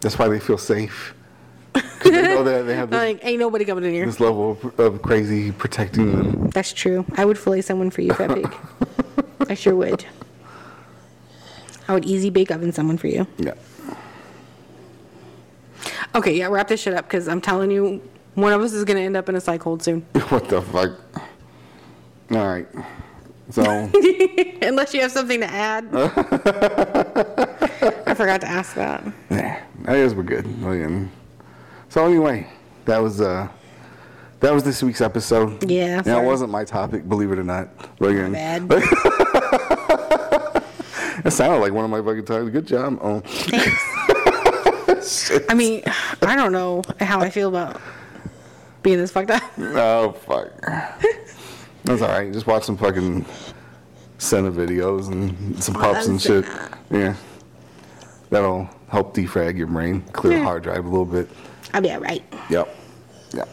[SPEAKER 1] That's why they feel safe. 'Cause they know that they have this,
[SPEAKER 2] Like, ain't nobody coming in here.
[SPEAKER 1] this level of, of crazy protecting them.
[SPEAKER 2] That's true. I would fillet someone for you, Fat Pig. I sure would. I would easy bake oven someone for you.
[SPEAKER 1] Yeah.
[SPEAKER 2] Okay, yeah, wrap this shit up because I'm telling you, one of us is gonna end up in a psych hold soon.
[SPEAKER 1] What the fuck? All right. So,
[SPEAKER 2] Unless you have something to add. I forgot to ask that.
[SPEAKER 1] yeah, I guess we're good. Fucking- So anyway, that was uh, that was this week's episode.
[SPEAKER 2] Yeah,
[SPEAKER 1] That
[SPEAKER 2] sorry.
[SPEAKER 1] wasn't my topic, believe it or not. Fucking-
[SPEAKER 2] Bad.
[SPEAKER 1] That sounded like one of my fucking times. Good job. Oh,
[SPEAKER 2] I mean, I don't know how I feel about being this fucked up.
[SPEAKER 1] oh fuck. That's all right. Just watch some fucking Senna videos and some pups and shit. Yeah. That'll help defrag your brain, clear the
[SPEAKER 2] Yeah.
[SPEAKER 1] hard drive a little bit.
[SPEAKER 2] I'll be all right.
[SPEAKER 1] Yep. Yep.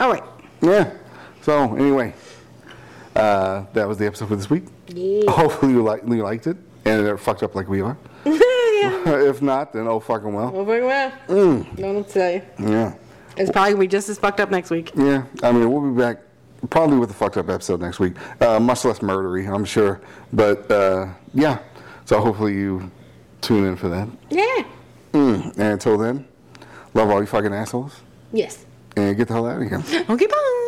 [SPEAKER 2] All right.
[SPEAKER 1] Yeah. So anyway, uh, that was the episode for this week. Hopefully you, like, you liked it and they're fucked up like we are.
[SPEAKER 2] yeah.
[SPEAKER 1] if not, then oh fucking well.
[SPEAKER 2] Well, very well. Don't know what to tell you.
[SPEAKER 1] Yeah.
[SPEAKER 2] It's probably gonna be just as fucked up next week.
[SPEAKER 1] Yeah, I mean, we'll be back probably with a fucked up episode next week. Uh, much less murdery, I'm sure. But uh, yeah, so hopefully you tune in for that.
[SPEAKER 2] Yeah.
[SPEAKER 1] Mm. And until then, love all you fucking assholes
[SPEAKER 2] Yes.
[SPEAKER 1] and get the hell out of here.
[SPEAKER 2] Okay. Bye.